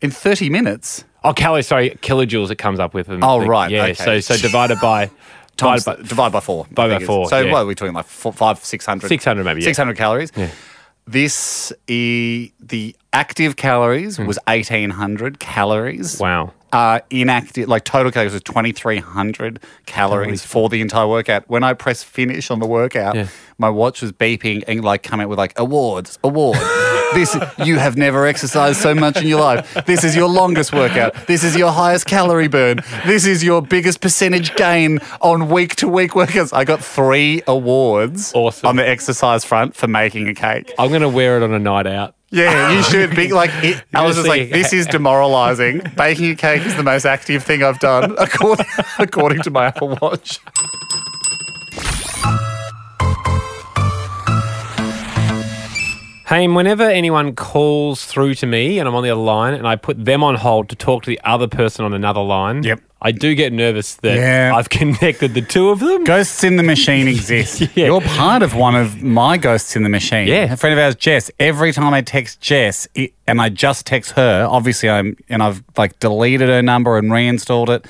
Speaker 2: In thirty minutes.
Speaker 1: Oh, calories. Sorry, kilojoules. It comes up with them.
Speaker 2: Oh, right,
Speaker 1: Yeah.
Speaker 2: okay.
Speaker 1: So so divided by
Speaker 2: Times,
Speaker 1: divided
Speaker 2: divide,
Speaker 1: by
Speaker 2: by, four. I
Speaker 1: by
Speaker 2: think it is.
Speaker 1: four,
Speaker 2: So
Speaker 1: yeah.
Speaker 2: what are we talking like four, five, six hundred?
Speaker 1: 600 maybe, yeah.
Speaker 2: Six hundred calories. This i the active calories
Speaker 1: Hmm.
Speaker 2: was eighteen hundred calories.
Speaker 1: wow.
Speaker 2: uh, inactive, like total calories was 2,300 calories for the entire workout. When I press finish on the workout,
Speaker 1: Yeah.
Speaker 2: my watch was beeping and like come out with like awards, award. this you have never exercised so much in your life. This is your longest workout. This is your highest calorie burn. This is your biggest percentage gain on week to week workouts. I got three awards
Speaker 1: Awesome.
Speaker 2: on the exercise front for making a cake.
Speaker 1: I'm gonna wear it on a night out.
Speaker 2: Yeah, you should be like. It, I was just
Speaker 1: You're
Speaker 2: like, this is demoralising. Baking a cake is the most active thing I've done, according, according to my Apple Watch.
Speaker 1: Haim, whenever anyone calls through to me and I'm on the other line and I put them on hold to talk to the other person on another line,
Speaker 2: Yep.
Speaker 1: I do get nervous that
Speaker 2: Yeah.
Speaker 1: I've connected the two of them.
Speaker 2: Ghosts in the Machine exists.
Speaker 1: Yeah.
Speaker 2: You're part of one of my Ghosts in the Machine.
Speaker 1: Yeah.
Speaker 2: A friend of ours, Jess, every time I text Jess it, and I just text her, obviously I'm and I've like deleted her number and reinstalled it.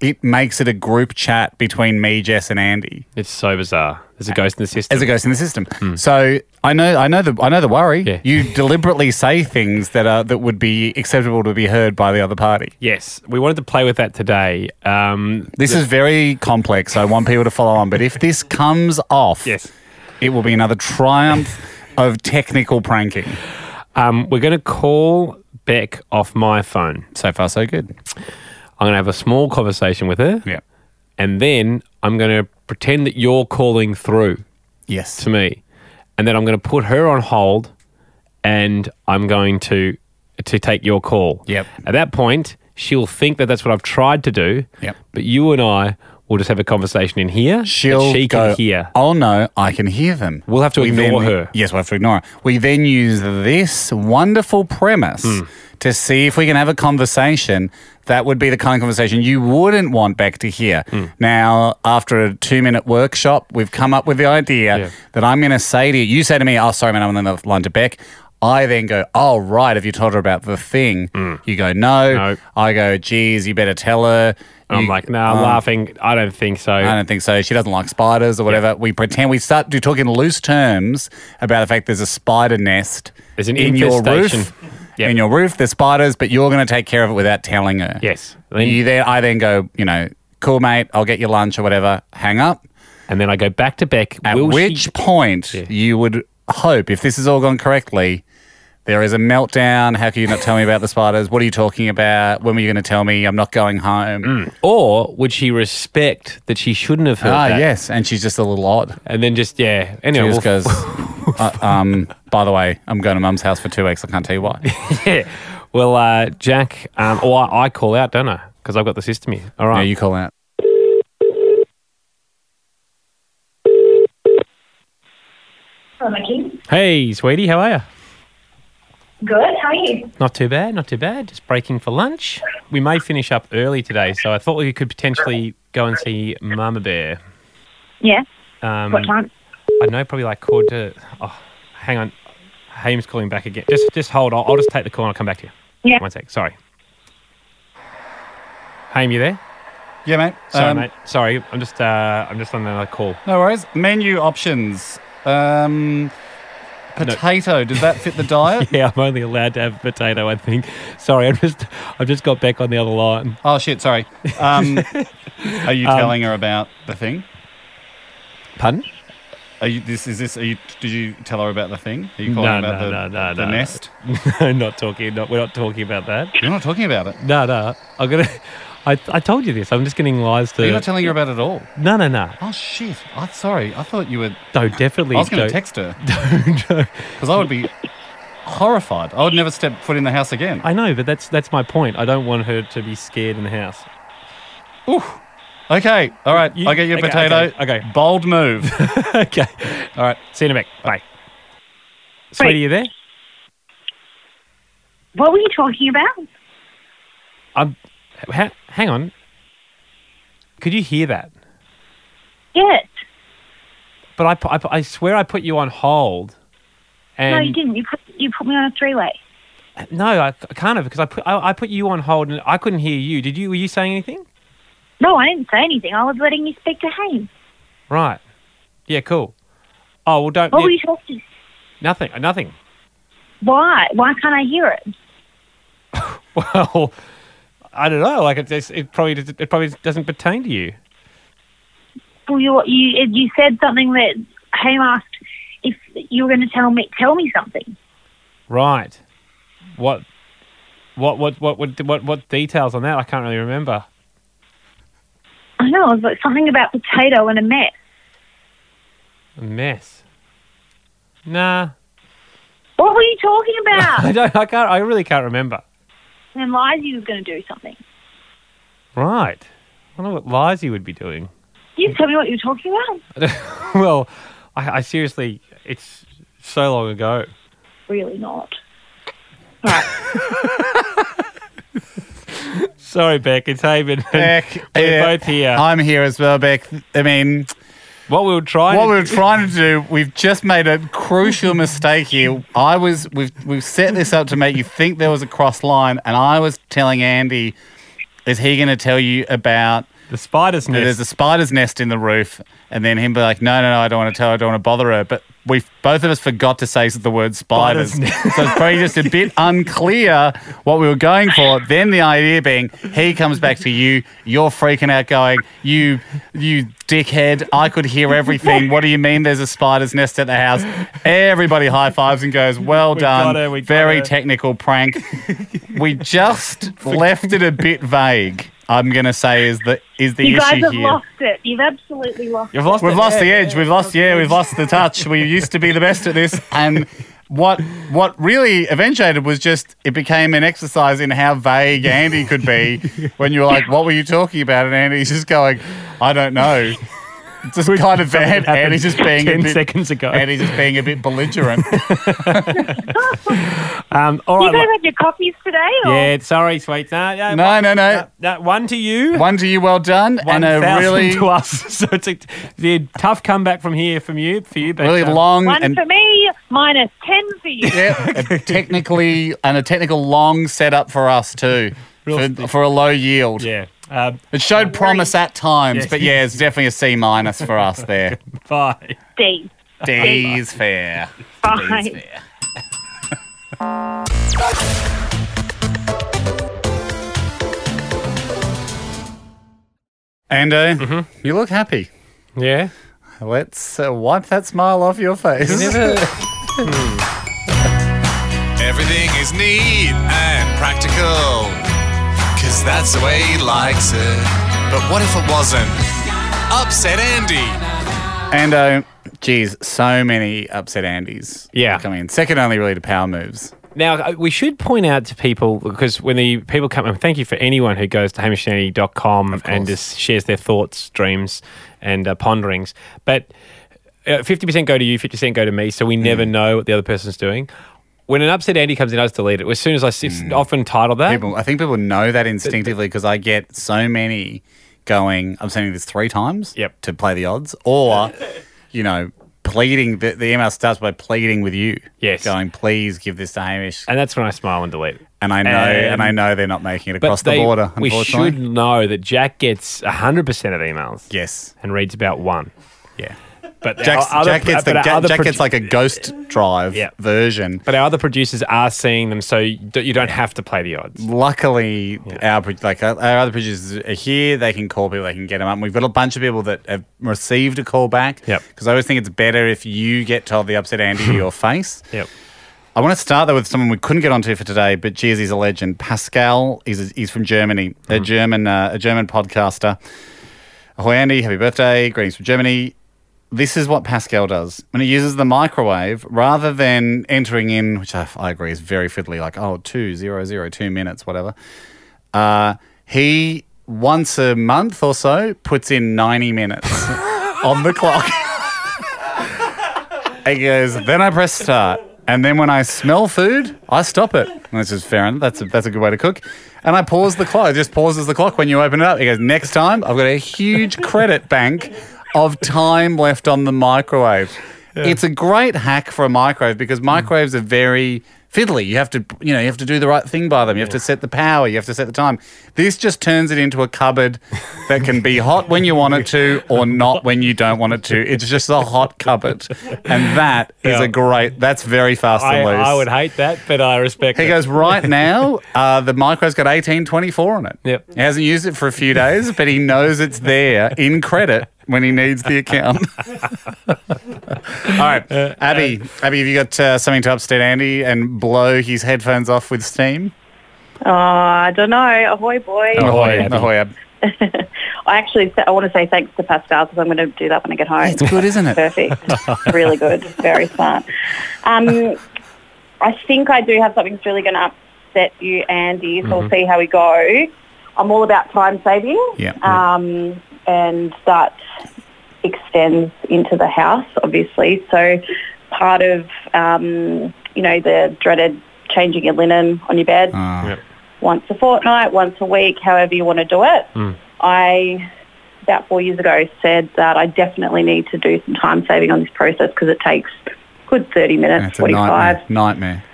Speaker 2: It makes it a group chat between me, Jess, and Andy
Speaker 1: It's so bizarre. There's a ghost in the system.
Speaker 2: as a ghost in the system. So I know, I know the, I know the worry.
Speaker 1: Hmm. Yeah.
Speaker 2: You deliberately say things that are that would be acceptable to be heard by the other party.
Speaker 1: yes, we wanted to play with that today. Um,
Speaker 2: This is very complex. I want people to follow on, but if this comes off,
Speaker 1: yes.
Speaker 2: it will be another triumph of technical pranking.
Speaker 1: Um, we're going to call Beck off my phone.
Speaker 2: So far, so good.
Speaker 1: I'm going to have a small conversation with her.
Speaker 2: Yeah.
Speaker 1: And then I'm going to pretend that you're calling through.
Speaker 2: Yes.
Speaker 1: to me, and then I'm going to put her on hold, and I'm going to to take your call.
Speaker 2: Yep.
Speaker 1: At that point, she'll think that that's what I've tried to do.
Speaker 2: Yep.
Speaker 1: But you and I will just have a conversation in here. that
Speaker 2: She'll
Speaker 1: she
Speaker 2: go,
Speaker 1: can hear.
Speaker 2: Oh no, I can hear them.
Speaker 1: We'll have to ignore
Speaker 2: then-
Speaker 1: her.
Speaker 2: Yes, we'll have to ignore her. We then use this wonderful premise
Speaker 1: Hmm.
Speaker 2: to see if we can have a conversation that would be the kind of conversation you wouldn't want Beck to hear.
Speaker 1: Hmm.
Speaker 2: Now, after a two minute workshop, we've come up with the idea
Speaker 1: Yeah.
Speaker 2: that I'm going to say to you, you say to me, oh, sorry, man, I'm on the line to Beck. I then go, oh, right, have you told her about the thing?
Speaker 1: Hmm.
Speaker 2: You go, no.
Speaker 1: No.
Speaker 2: I go, geez, you better tell her.
Speaker 1: I'm
Speaker 2: You-
Speaker 1: like, no, I'm
Speaker 2: Oh.
Speaker 1: laughing. I don't think so.
Speaker 2: I don't think so. She doesn't like spiders or whatever. We pretend we start to talk in loose terms about the fact there's a spider nest
Speaker 1: There's an
Speaker 2: in your
Speaker 1: infestation.
Speaker 2: roof.
Speaker 1: Yep.
Speaker 2: In your roof, there's spiders, but you're going to take care of it without telling her.
Speaker 1: Yes. Then-
Speaker 2: You then, I then go, you know, cool, mate. I'll get you lunch or whatever. Hang up.
Speaker 1: and then I go back to Beck.
Speaker 2: At
Speaker 1: will she-
Speaker 2: which point you would hope, if this has all gone correctly, there is a meltdown. How can you not tell me about the spiders? What are you talking about? When were you going to tell me? I'm not going home.
Speaker 1: Mm, or would she respect that she shouldn't have heard
Speaker 2: Ah,
Speaker 1: that?
Speaker 2: yes. And she's just a little odd.
Speaker 1: And then just yeah. Anyway, we'll
Speaker 2: She just goes, uh, um, by the way, I'm going to mum's house for two weeks. I can't tell you why.
Speaker 1: yeah. Well, uh, Jack, um, or I, I call out, don't I? Because I've got the system here. All
Speaker 2: yeah,
Speaker 1: right.
Speaker 2: you call out.
Speaker 7: Hello, Mickey.
Speaker 1: hey, sweetie, how are you?
Speaker 7: Good. How are you?
Speaker 1: Not too bad, not too bad. Just breaking for lunch. We may finish up early today, so I thought we could potentially go and see Mama Bear.
Speaker 7: Yeah.
Speaker 1: Um,
Speaker 7: What time?
Speaker 1: I know, probably like quarter. To, oh, hang on. Haim's calling back again. Just, just hold. I'll, I'll just take the call and I'll come back to you.
Speaker 7: Yeah.
Speaker 1: One sec. Sorry. Haim, you there?
Speaker 2: Yeah, mate.
Speaker 1: Sorry,
Speaker 2: Um,
Speaker 1: mate. Sorry, I'm just, uh, I'm just on another call.
Speaker 2: No worries. Menu options. Um, potato. Does that fit the diet?
Speaker 1: Yeah, I'm only allowed to have a potato. I think. Sorry, I just I've just got back on the other line.
Speaker 2: Oh shit! Sorry. Um, are
Speaker 1: Um,
Speaker 2: you telling her about the thing?
Speaker 1: Pardon?
Speaker 2: Are you? This is this? Are you? Did you tell her about the thing? Are you calling
Speaker 1: No,
Speaker 2: about
Speaker 1: no, no,
Speaker 2: the,
Speaker 1: no,
Speaker 2: the
Speaker 1: no.
Speaker 2: nest?
Speaker 1: no, not talking. Not we're not talking about that.
Speaker 2: You're not talking about it.
Speaker 1: No, no. I'm gonna. I, I told you this. I'm just getting lies to.
Speaker 2: You're not telling her about it at all.
Speaker 1: no, no, no.
Speaker 2: Oh shit! I'm sorry. I thought you were.
Speaker 1: No, definitely.
Speaker 2: I was going
Speaker 1: don't-
Speaker 2: to text her
Speaker 1: don't, don't.
Speaker 2: because I would be horrified. I would never step foot in the house again.
Speaker 1: I know, but that's that's my point. I don't want her to be scared in the house.
Speaker 2: Okay. All right.
Speaker 1: You-
Speaker 2: I get your
Speaker 1: okay,
Speaker 2: potato.
Speaker 1: okay, okay.
Speaker 2: Bold move.
Speaker 1: okay.
Speaker 2: all right.
Speaker 1: See you in a bit. Bye. Sweetie, you there?
Speaker 7: What were you talking about?
Speaker 1: I'm. Ha- hang on. Could you hear that?
Speaker 7: Yes.
Speaker 1: But I, pu- I, pu- I swear I put you on hold. And
Speaker 7: no, you didn't. You put, you put me on a three-way.
Speaker 1: No, I, I can't have because I put I, I put you on hold and I couldn't hear you. Did you? Were you saying anything?
Speaker 7: No, I didn't say anything. I was letting you speak to Hayne.
Speaker 1: Right. Yeah. Cool. Oh well, don't.
Speaker 7: What
Speaker 1: yeah,
Speaker 7: were you talking?
Speaker 1: Nothing. Nothing.
Speaker 7: Why? Why can't I hear it?
Speaker 1: Well, I don't know. Like it, just- it probably does- it probably doesn't pertain to you.
Speaker 7: Well, you you you said something that Hayne asked if you were going to tell me tell me something.
Speaker 1: Right. What? What? What? What? What? What? What details on that? I can't really remember.
Speaker 7: I know it was like something about potato and a mess.
Speaker 1: A mess. Nah.
Speaker 7: What were you talking
Speaker 1: I
Speaker 7: about?
Speaker 1: don't. I can't. I really can't remember.
Speaker 7: and Liza was going to do something.
Speaker 1: Right. I wonder what lies you would be doing.
Speaker 7: You tell me what you were talking about.
Speaker 1: well, I, I seriously, it's so long ago.
Speaker 7: Really not.
Speaker 1: Sorry, Beck, it's Haven.
Speaker 2: Beck,
Speaker 1: we're
Speaker 2: yeah.
Speaker 1: both here.
Speaker 2: I'm here as well, Beck. I mean,
Speaker 1: what we were trying
Speaker 2: what
Speaker 1: to
Speaker 2: we were trying to do, we've just made a crucial mistake here. I was we've we've set this up to make you think there was a cross line, and I was telling Andy, is he going to tell you about?
Speaker 1: the spider's
Speaker 2: that
Speaker 1: nest.
Speaker 2: There's a spider's nest in the roof, and then him be like, "No, no, no, I don't want to tell her. I don't want to bother her." But we both of us forgot to say the word spiders, so
Speaker 1: Spider's
Speaker 2: it's probably just a bit unclear what we were going for. Then the idea being, he comes back to you, you're freaking out, going, "You, you dickhead! I could hear everything. What do you mean? There's a spider's nest at the house?" Everybody high fives and goes, "Well
Speaker 1: We got
Speaker 2: done,
Speaker 1: her, we got
Speaker 2: very
Speaker 1: her."
Speaker 2: technical prank." we just left it a bit vague. I'm gonna say is the is the
Speaker 7: you
Speaker 2: issue
Speaker 7: guys have
Speaker 2: here.
Speaker 7: lost it. You've absolutely lost
Speaker 1: You've
Speaker 7: it.
Speaker 1: lost
Speaker 2: We've
Speaker 1: it.
Speaker 2: lost the edge. We've lost. Yeah, we've lost the touch. We used to be the best at this, and what what really eventuated was just it became an exercise in how vague Andy could be when you were like, "What were you talking about?" And Andy's just going, "I don't know." It's Just kind of bad.
Speaker 1: happened
Speaker 2: Andy's just being a
Speaker 1: ten
Speaker 2: bit,
Speaker 1: seconds ago.
Speaker 2: Andy's just being a bit belligerent.
Speaker 1: Um, all
Speaker 7: You
Speaker 1: right.
Speaker 7: guys
Speaker 1: look-
Speaker 7: had your coffees today? Or?
Speaker 1: yeah, sorry, sweet. No, no,
Speaker 2: No,
Speaker 1: one,
Speaker 2: no, no.
Speaker 1: no, one to you.
Speaker 2: One to you, well done,
Speaker 1: one
Speaker 2: and a
Speaker 1: thousand
Speaker 2: really,
Speaker 1: to us. So it's a, the tough comeback from here, from you, for you, Beck.
Speaker 2: really
Speaker 1: Um,
Speaker 2: long
Speaker 7: One
Speaker 2: and
Speaker 7: for me, minus ten for you.
Speaker 2: Yeah, a technically and a technical long setup for us too, for, for a low yield.
Speaker 1: Yeah. Um,
Speaker 2: It showed promise at times,
Speaker 1: Yeah.
Speaker 2: but yeah, it's definitely a C minus for us there.
Speaker 1: bye.
Speaker 7: D.
Speaker 2: D is fair.
Speaker 7: Bye.
Speaker 2: D's fair. Ando, you look happy.
Speaker 1: Yeah.
Speaker 2: Let's uh, wipe that smile off your face.
Speaker 8: Hmm. Everything is neat and practical, because that's the way he likes it. But what if it wasn't? Upset Andy.
Speaker 2: Ando, geez, so many upset Andys.
Speaker 1: Yeah.
Speaker 2: Come in. Second only really to power moves.
Speaker 1: Now, uh, we should point out to people because when the people come, and thank you for anyone who goes to hamishandy.com and just shares their thoughts, dreams, and uh, ponderings. But uh, 50% go to you, 50% go to me, so we never
Speaker 2: Mm.
Speaker 1: know what the other person's doing. When an upset Andy comes in, I just delete it. As soon as I see, it's often title that.
Speaker 2: Mm. People, I think people know that instinctively because I get so many going, I'm sending this three times
Speaker 1: Yep.
Speaker 2: to play the odds, or, you know, pleading. The, the email starts by pleading with you.
Speaker 1: Yes.
Speaker 2: Going, please give this to Hamish.
Speaker 1: and that's when I smile and delete.
Speaker 2: And I know, and,
Speaker 1: and-
Speaker 2: I know they're not making it
Speaker 1: But
Speaker 2: across
Speaker 1: they-
Speaker 2: the border,
Speaker 1: we
Speaker 2: unfortunately.
Speaker 1: should know that Jack gets 100% of emails
Speaker 2: Yes.
Speaker 1: and reads about one.
Speaker 2: Yeah.
Speaker 1: But
Speaker 2: Jack's,
Speaker 1: our other,
Speaker 2: Jack gets, the,
Speaker 1: but our
Speaker 2: Jack,
Speaker 1: other
Speaker 2: Jack
Speaker 1: produ-
Speaker 2: gets like a ghost drive
Speaker 1: Yeah.
Speaker 2: version.
Speaker 1: But our other producers are seeing them, so you don't you don't have to play the odds.
Speaker 2: Luckily, our pro- like our our other producers are here. They can call people. They can get them up. And we've got a bunch of people that have received a call back.
Speaker 1: Yep.
Speaker 2: Because I always think it's better if you get told the upset Andy to your face.
Speaker 1: Yep.
Speaker 2: I want to start though with someone we couldn't get onto for today, but geez, he's a legend. Pascal is he's from Germany, a German uh, a German podcaster. Ahoy Andy, happy birthday! Greetings from Germany. This is what Pascal does when he uses the microwave rather than entering in, which I, I agree is very fiddly, like oh two zero zero two minutes, whatever. Uh, he once a month or so puts in ninety minutes on the clock. He goes, then I press start. And then when I smell food, I stop it. And this is fair enough. That's a, that's a good way to cook. And I pause the clock. It just pauses the clock when you open it up. He goes, next time, I've got a huge credit bank of time left on the microwave. It's a great hack for a microwave because microwaves are very fiddly. You have to, you know, you have to do the right thing by them. You have to set the power. You have to set the time. This just turns it into a cupboard that can be hot when you want it to or not when you don't want it to. It's just a hot cupboard, and that is
Speaker 1: Yeah.
Speaker 2: a great. That's very fast
Speaker 1: I,
Speaker 2: and loose.
Speaker 1: I would hate that, but I respect.
Speaker 2: He
Speaker 1: it.
Speaker 2: goes, right now, uh, the micro's got 1824 on it.
Speaker 1: Yep.
Speaker 2: He hasn't used it for a few days, but he knows it's there in credit when he needs the account. All right. Abby, Abby, have you got uh, something to upset Andy and blow his headphones off with steam?
Speaker 9: Oh, I don't know. Ahoy, boy.
Speaker 1: Ahoy, Abby.
Speaker 2: Ahoy, Ab.
Speaker 9: I actually I want to say thanks to Pascal because I'm going to do that when I get home.
Speaker 2: It's good, isn't it?
Speaker 9: Perfect. really good. Very smart. Um, I think I do have something that's really going to upset you, Andy, so
Speaker 2: Mm-hmm.
Speaker 9: we'll see how we go. I'm all about time saving.
Speaker 2: Yeah.
Speaker 9: Um, and that extends into the house, obviously. So part of, um, you know, the dreaded changing your linen on your bed
Speaker 2: Oh.
Speaker 9: once a fortnight, once a week, however you want to do it. I, about four years ago, said that I definitely need to do some time saving on this process because it takes a good 30 minutes,
Speaker 2: It's a
Speaker 9: 45.
Speaker 2: nightmare. Nightmare.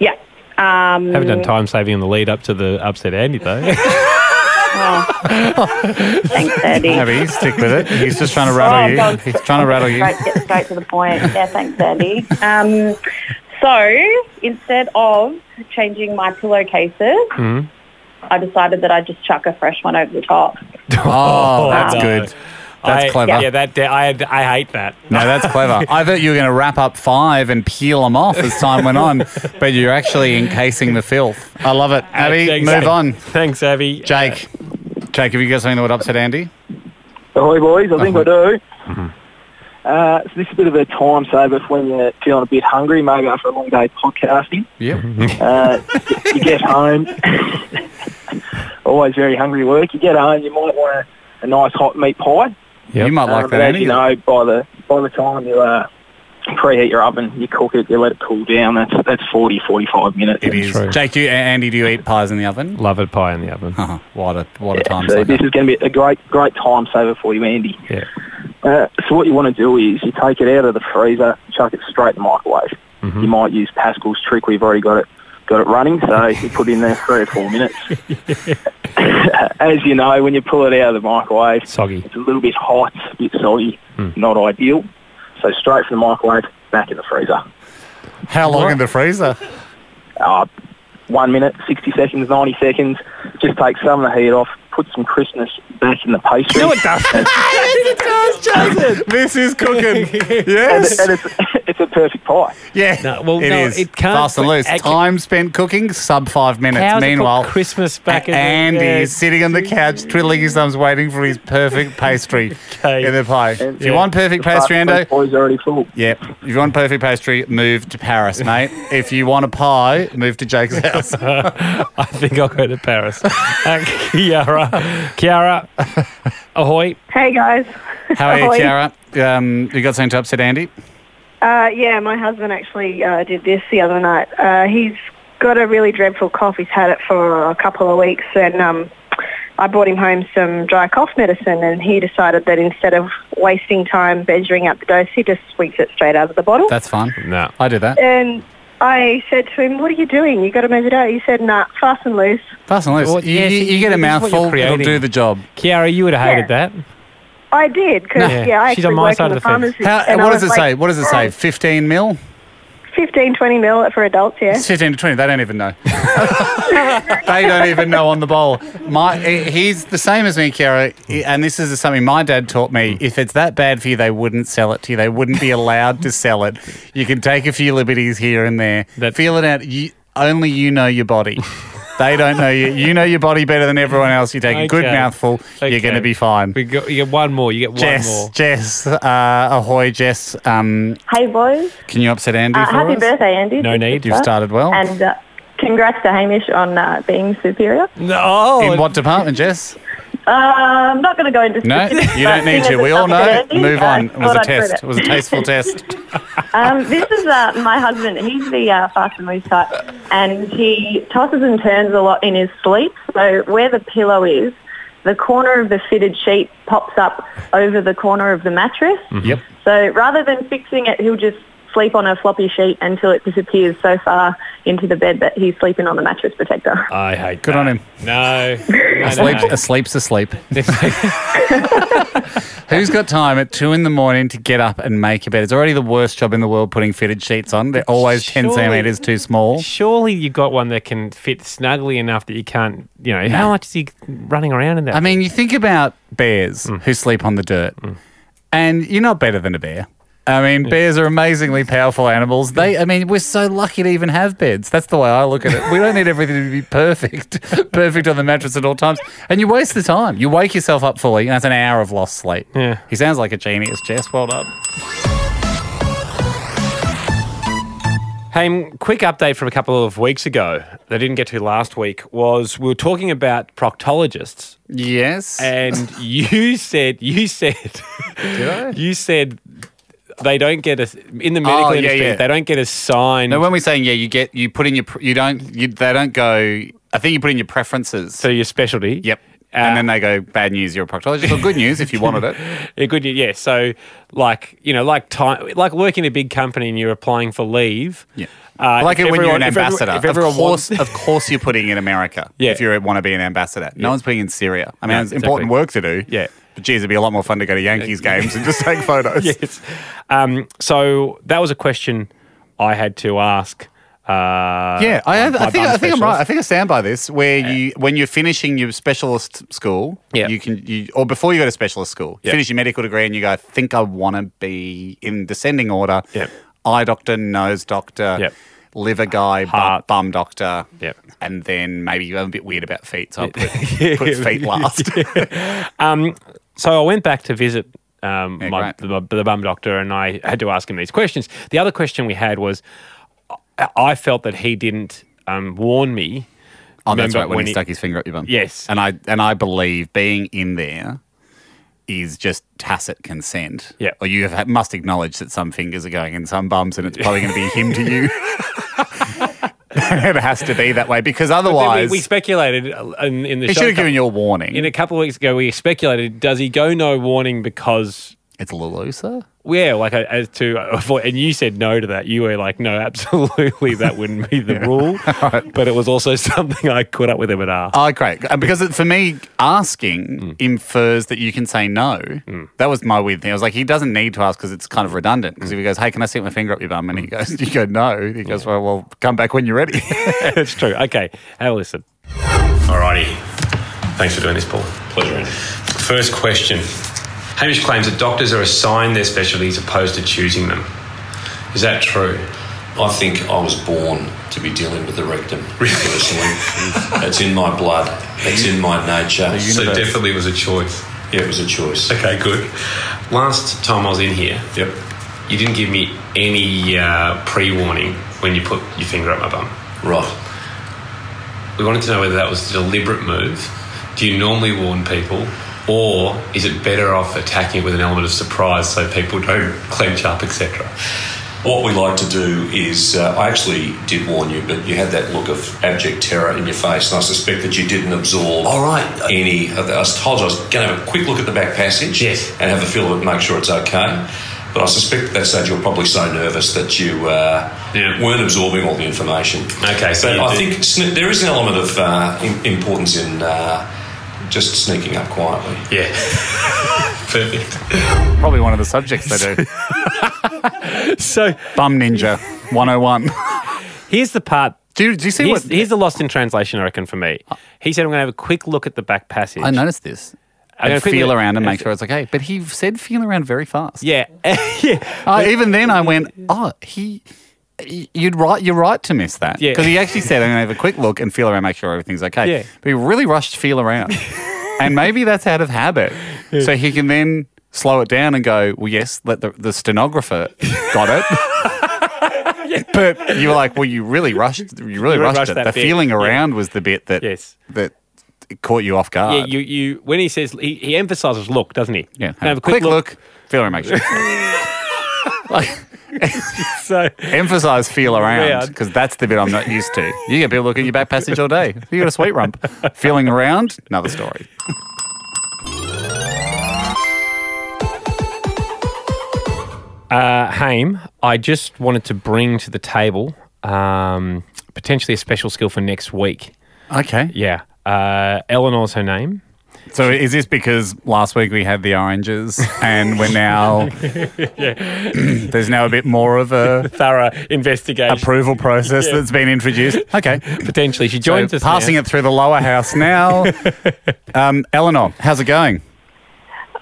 Speaker 9: Yeah. Um,
Speaker 1: Haven't done time saving on the lead up to the upset Andy though.
Speaker 9: oh. thanks, Andy.
Speaker 2: Abby, stick with it. He's just trying to rattle
Speaker 9: Oh,
Speaker 2: you.
Speaker 9: God.
Speaker 2: He's trying to rattle you.
Speaker 9: Straight, get straight to the point. Yeah, thanks, Andy. Um, so instead of changing my pillowcases, I decided that I'd just chuck a fresh one over the top.
Speaker 2: Oh, that's
Speaker 1: no.
Speaker 2: good. That's
Speaker 1: I-
Speaker 2: clever.
Speaker 1: Yeah, that da- I I hate that.
Speaker 2: No, that's clever. I thought you were going to wrap up five and peel them off as time went on, but you're actually encasing the filth. I love it. Abby,
Speaker 1: Thanks,
Speaker 2: move
Speaker 1: Abby.
Speaker 2: on.
Speaker 1: Thanks, Abby.
Speaker 2: Jake, Jake, have you got something that would upset Andy?
Speaker 10: Ahoy, boys. I
Speaker 5: Uh-huh.
Speaker 10: think I do.
Speaker 5: Mm-hmm.
Speaker 10: Uh, so this is a bit of a time saver for when you're feeling a bit hungry, maybe after a long day podcasting.
Speaker 2: Yep.
Speaker 1: Mm-hmm.
Speaker 10: Uh, you get home, always very hungry work. You get home, you might want a, a nice hot meat pie.
Speaker 2: You might like
Speaker 10: Um,
Speaker 2: that,
Speaker 10: but as
Speaker 2: Andy.
Speaker 10: you know, by the by the time you uh, preheat your oven, you cook it, you let it cool down. That's that's 40, 45 minutes.
Speaker 2: It is.
Speaker 1: True.
Speaker 2: Jake, do you, Andy, do you eat pies in the oven?
Speaker 1: Love it pie in the oven.
Speaker 2: Oh, what a what a time
Speaker 10: So
Speaker 2: sucker.
Speaker 10: this is going to be a great great time saver for you, Andy.
Speaker 1: Yeah.
Speaker 10: Uh, so what you want to do is you take it out of the freezer, chuck it straight in the microwave. You might use Pascal's trick. We've already got it got it running, so you put it in there three or four minutes. As you know, when you pull it out of the microwave,
Speaker 1: Soggy.
Speaker 10: it's a little bit hot, a bit soggy, not ideal. So straight from the microwave, back in the freezer.
Speaker 2: How long in the freezer?
Speaker 10: Uh, one minute, 60 seconds, 90 seconds. Just take some of the heat off, put some crispness back in the pastry.
Speaker 2: This is cooking.
Speaker 10: and,
Speaker 2: Yes.
Speaker 10: and it's, it's a perfect pie.
Speaker 2: Yeah.
Speaker 1: No, well,
Speaker 2: it
Speaker 1: no,
Speaker 2: is.
Speaker 1: it can't-
Speaker 2: Fast and loose.
Speaker 1: it-
Speaker 2: Time spent cooking, sub five minutes.
Speaker 1: How's it put
Speaker 2: Meanwhile,
Speaker 1: Christmas back in the-
Speaker 2: Andy
Speaker 1: yeah.
Speaker 2: is sitting on the couch, twiddling his thumbs, waiting for his perfect pastry
Speaker 1: Okay.
Speaker 2: in the pie. If you want perfect pastry,
Speaker 10: But
Speaker 2: Ando,
Speaker 10: those boys are already full.
Speaker 2: Yep. If you want perfect pastry, move to Paris, mate. if you want a pie, move to Jake's house.
Speaker 1: I think I'll go to Paris. Uh, Kiara, Kiara, ahoy.
Speaker 9: Hey, guys.
Speaker 2: How are you,
Speaker 9: Ahoy.
Speaker 2: Kiara? Um, you got something to upset Andy?
Speaker 9: Uh, yeah, my husband actually uh, did this the other night. Uh, he's got a really dreadful cough. He's had it for a couple of weeks, and um, I brought him home some dry cough medicine, and he decided that instead of wasting time measuring out the dose, he just squeezed it straight out of the bottle.
Speaker 2: That's fine.
Speaker 1: No.
Speaker 2: I do that.
Speaker 9: and I said to him, "What are you doing? You got to measure it out." He said, "Nah, fast and loose."
Speaker 2: Fast and loose.
Speaker 1: Well,
Speaker 2: you,
Speaker 1: yes,
Speaker 2: you- you get
Speaker 1: this
Speaker 2: a
Speaker 1: is what you're
Speaker 2: mouthful, it'll
Speaker 1: creating.
Speaker 2: do the job.
Speaker 1: Kiara, you would have hated that.
Speaker 9: I did because yeah. I actually work in the pharmacy.
Speaker 2: How,
Speaker 9: and I
Speaker 2: what
Speaker 9: was
Speaker 2: does it
Speaker 9: like, "Oh."
Speaker 2: say? What does it say? 15 mil?
Speaker 9: 15, 20 mil for adults. Yeah.
Speaker 2: It's 15 to 20. They don't even know. they don't even know on the bowl. My, he- he's the same as me, Kiara. he- And this is something my dad taught me. If it's that bad for you, they wouldn't sell it to you. They wouldn't be allowed to sell it. You can take a few liberties here and there. Feel it out. You, only you know your body. They don't know you. You know your body better than everyone else. You take a good
Speaker 1: Okay.
Speaker 2: mouthful. You're going to be fine.
Speaker 1: We got, you get one more. You get one
Speaker 2: Jess,
Speaker 1: more.
Speaker 2: Jess, uh, ahoy, Jess. Um,
Speaker 11: Hey, boys.
Speaker 2: can you upset Andy
Speaker 11: Uh,
Speaker 2: for
Speaker 11: happy
Speaker 2: us?
Speaker 11: birthday, Andy.
Speaker 2: No
Speaker 11: Thank
Speaker 2: need.
Speaker 11: you
Speaker 2: You've
Speaker 11: for that.
Speaker 2: started well.
Speaker 11: And uh, congrats to Hamish on uh, being superior.
Speaker 6: No.
Speaker 1: Oh,
Speaker 2: In what department, Jess?
Speaker 11: Uh, I'm not going to go into
Speaker 2: No,
Speaker 11: specifics,
Speaker 2: you
Speaker 11: but
Speaker 2: don't need
Speaker 11: seeing as
Speaker 2: to. We
Speaker 11: it's
Speaker 2: all
Speaker 11: up to
Speaker 2: know.
Speaker 11: Andy,
Speaker 2: Move
Speaker 11: I Uh,
Speaker 2: on. It was
Speaker 11: thought
Speaker 2: a
Speaker 11: I'd prove
Speaker 2: test. It was a tasteful test.
Speaker 11: Um, this is uh, my husband. He's the uh, fast and loose type, and he tosses and turns a lot in his sleep. So where the pillow is, the corner of the fitted sheet pops up over the corner of the mattress.
Speaker 12: Yep.
Speaker 11: So rather than fixing it, he'll just sleep on a floppy sheet until it disappears so far into the bed that he's sleeping on the mattress protector.
Speaker 1: I hate
Speaker 2: Good on him.
Speaker 1: No. no,
Speaker 2: Asleep,
Speaker 1: no.
Speaker 2: Asleep's asleep. Who's got time at two in the morning to get up and make a bed? It's already the worst job in the world putting fitted sheets on. They're always 10
Speaker 1: Surely-
Speaker 2: centimetres too small.
Speaker 1: Surely you got one that can fit snugly enough that you can't, you know, how much is he running around in that?
Speaker 2: I mean, you think about bears who sleep on the dirt, and you're not better than a bear. I mean, bears are amazingly powerful animals. They, I mean, we're so lucky to even have beds. That's the way I look at it. We don't need everything to be perfect, perfect on the mattress at all times. And you waste the time. You wake yourself up fully, and that's an hour of lost sleep. Yeah. He sounds like a genius, Jess. Well done.
Speaker 1: Hey, m- quick update from a couple of weeks ago that I didn't get to last week was we were talking about proctologists.
Speaker 2: Yes.
Speaker 1: And you said, you said,
Speaker 2: Uh, Did I?
Speaker 1: you said they don't get a, in the medical
Speaker 2: Oh, yeah,
Speaker 1: industry,
Speaker 2: yeah.
Speaker 1: they don't get assigned.
Speaker 2: No, when we're saying yeah, you get you put in your pr- you don't you, they don't go. I think you put in your preferences. So
Speaker 1: your specialty.
Speaker 2: Yep.
Speaker 1: Uh,
Speaker 2: and then they go bad news. You're a proctologist. Or good news if you wanted it.
Speaker 1: Yeah, good. Yeah. So, like you know, like time, like working in a big company and you're applying for leave. Yeah.
Speaker 2: I like it
Speaker 1: Uh, if
Speaker 2: when you're
Speaker 1: everyone-
Speaker 2: an
Speaker 1: if everyone-
Speaker 2: ambassador.
Speaker 1: if everyone
Speaker 2: of course,
Speaker 1: wants-
Speaker 2: of course, you're putting in America.
Speaker 1: Yeah.
Speaker 2: If you want to be an ambassador, no
Speaker 1: Yeah.
Speaker 2: one's putting in Syria. I mean,
Speaker 1: No,
Speaker 2: it's important
Speaker 1: exactly.
Speaker 2: work to do.
Speaker 1: Yeah.
Speaker 2: But geez, it'd be a lot more fun to go to Yankees games and just take photos.
Speaker 1: yes. Um, so that was a question I had to ask. Uh,
Speaker 2: yeah, I, have, I
Speaker 1: my
Speaker 2: think
Speaker 1: bum
Speaker 2: I think I'm right. I
Speaker 1: specialist.
Speaker 2: think I stand by this. Where you when you're finishing your specialist school,
Speaker 1: Yeah.
Speaker 2: you can you or before you go to specialist school, you
Speaker 1: Yeah.
Speaker 2: finish your medical degree, and you go, I think I want to be in descending order.
Speaker 1: Yeah.
Speaker 2: Eye doctor, nose doctor, liver guy, bu- bum doctor, and then maybe I'm a bit weird about feet, so I put, put feet last.
Speaker 1: Um, so I went back to visit um,
Speaker 2: Yeah,
Speaker 1: my, the, the bum doctor, and I had to ask him these questions. The other question we had was, I, I felt that he didn't um, warn me.
Speaker 2: Oh, that's
Speaker 1: Remember
Speaker 2: right. When, he stuck his finger up your bum.
Speaker 1: Yes.
Speaker 2: and I and I believe being in there is just tacit consent. Yeah, or you have, must acknowledge that some fingers are going in some bums, and it's probably going to be him to you. it has to be that way because
Speaker 1: But then
Speaker 2: otherwise,
Speaker 1: we, we speculated uh, in, in the
Speaker 2: he
Speaker 1: show.
Speaker 2: should have given
Speaker 1: couple-
Speaker 2: you a warning.
Speaker 1: in a couple of weeks ago, we speculated: does he go no warning because
Speaker 2: it's a little looser?
Speaker 1: Yeah, like uh, as to avoid. And you said no to that. You were like, no, absolutely, that wouldn't be the rule. But it was also something I caught up with him and asked.
Speaker 2: Oh, great. Uh, Because it, for me, asking infers that you can say no. That was my weird thing. I was like, he doesn't need to ask because it's kind of redundant. Because if he goes, hey, can I stick my finger up your bum? And he goes, you go, no. He goes, well, well come back when you're ready.
Speaker 1: it's true. Okay. Have a listen.
Speaker 13: Alrighty. Thanks for doing this, Paul. Pleasure. First question. Hamish claims that doctors are assigned their specialties opposed to choosing them. Is that true?
Speaker 14: I think I was born to be dealing with the rectum. Personally, it's in my blood. It's in my nature.
Speaker 13: So it definitely was a choice. Yeah, it was a choice. Okay, good. Last time I was in here, yep. You didn't give me any uh, pre-warning when you put your finger up my bum. Right. We wanted to know whether that was a deliberate move. Do you normally warn people, or is it better off attacking it with an element of surprise so people don't clench up, etc.?
Speaker 14: What we like to do is, uh, I actually did warn you, but you had that look of abject terror in your face, and I suspect that you didn't absorb. All right. Any of that. I told you I was going to have a quick look at the back passage. Yes. And have a feel of it, make sure it's okay. But I suspect at that stage you're probably so nervous that you uh, weren't absorbing all the information.
Speaker 13: Okay, so
Speaker 14: But
Speaker 13: you
Speaker 14: I
Speaker 13: did-
Speaker 14: think sne- there is an element of uh, im- importance in uh, just sneaking up quietly.
Speaker 13: Yeah. Perfect.
Speaker 2: Probably one of the subjects they do.
Speaker 1: so
Speaker 2: Bum Ninja 101.
Speaker 1: Here's the part.
Speaker 2: Do you, do you see
Speaker 1: here's,
Speaker 2: what
Speaker 1: here's the lost in translation, I reckon, for me. He said, I'm going to have a quick look at the back passage.
Speaker 2: I noticed this?
Speaker 1: I'm
Speaker 2: I
Speaker 1: gonna
Speaker 2: feel
Speaker 1: quickly-
Speaker 2: around and make sure it's okay. But he said feel around very fast.
Speaker 1: Yeah. yeah.
Speaker 2: Uh, even then, I went, oh, he. y- You'd right, you're right to miss that
Speaker 1: Yeah.
Speaker 2: because he actually said, "I'm gonna have a quick look and feel around, make sure everything's okay."
Speaker 1: Yeah.
Speaker 2: But he really rushed to feel around, and maybe that's out of habit, so he can then slow it down and go, "Well, yes, let the, the stenographer got it." But you were like, "Well, you really rushed, you really
Speaker 1: You
Speaker 2: rushed,
Speaker 1: rushed
Speaker 2: it."
Speaker 1: that
Speaker 2: The
Speaker 1: bit.
Speaker 2: feeling
Speaker 1: Yeah.
Speaker 2: around was the bit that
Speaker 1: Yes.
Speaker 2: that caught you off guard.
Speaker 1: Yeah, you, you, when he says, he, he emphasizes look, doesn't he?
Speaker 2: Yeah,
Speaker 1: Have, a quick, look.
Speaker 2: feel around, make sure.
Speaker 1: So,
Speaker 2: Emphasize feel around
Speaker 1: Round.
Speaker 2: because that's the bit I'm not used to. You get people looking at your back passage all day. You got a sweet rump. Feeling around, another story.
Speaker 1: Uh, Haim, I just wanted to bring to the table um, potentially a special skill for next week.
Speaker 2: Okay.
Speaker 1: Yeah. Uh, Eleanor's her name.
Speaker 2: So is this because last week we had the oranges and we're now
Speaker 1: yeah.
Speaker 2: there's now a bit more of a
Speaker 1: Thorough investigation.
Speaker 2: approval process
Speaker 1: Yeah.
Speaker 2: that's been introduced? Okay.
Speaker 1: Potentially. She
Speaker 2: So
Speaker 1: joins us.
Speaker 2: passing it through the lower house now. um, Eleanor, how's it going?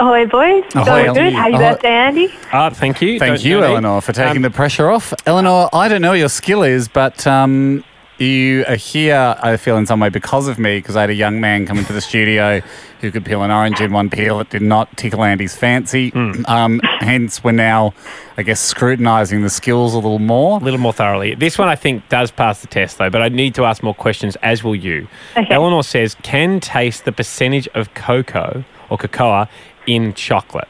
Speaker 12: Ahoy, boys.
Speaker 2: Ahoy,
Speaker 12: Going
Speaker 2: Ellen.
Speaker 12: good. Happy
Speaker 2: Ahoy.
Speaker 12: birthday, Andy.
Speaker 1: Ah, thank you.
Speaker 2: Thank
Speaker 1: Don't
Speaker 2: you,
Speaker 1: know me. Um,
Speaker 2: Eleanor, for taking the pressure off. Eleanor, I don't know what your skill is, but um, you are here, I feel, in some way because of me, because I had a young man come into the studio who could peel an orange in one peel. It did not tickle Andy's fancy.
Speaker 1: Hmm.
Speaker 2: Um, hence, we're now, I guess, scrutinising the skills a little more. A
Speaker 1: little more thoroughly. This one I think does pass the test, though, but I need to ask more questions, as will you. Eleanor says, can taste the percentage of cocoa or cocoa in chocolate.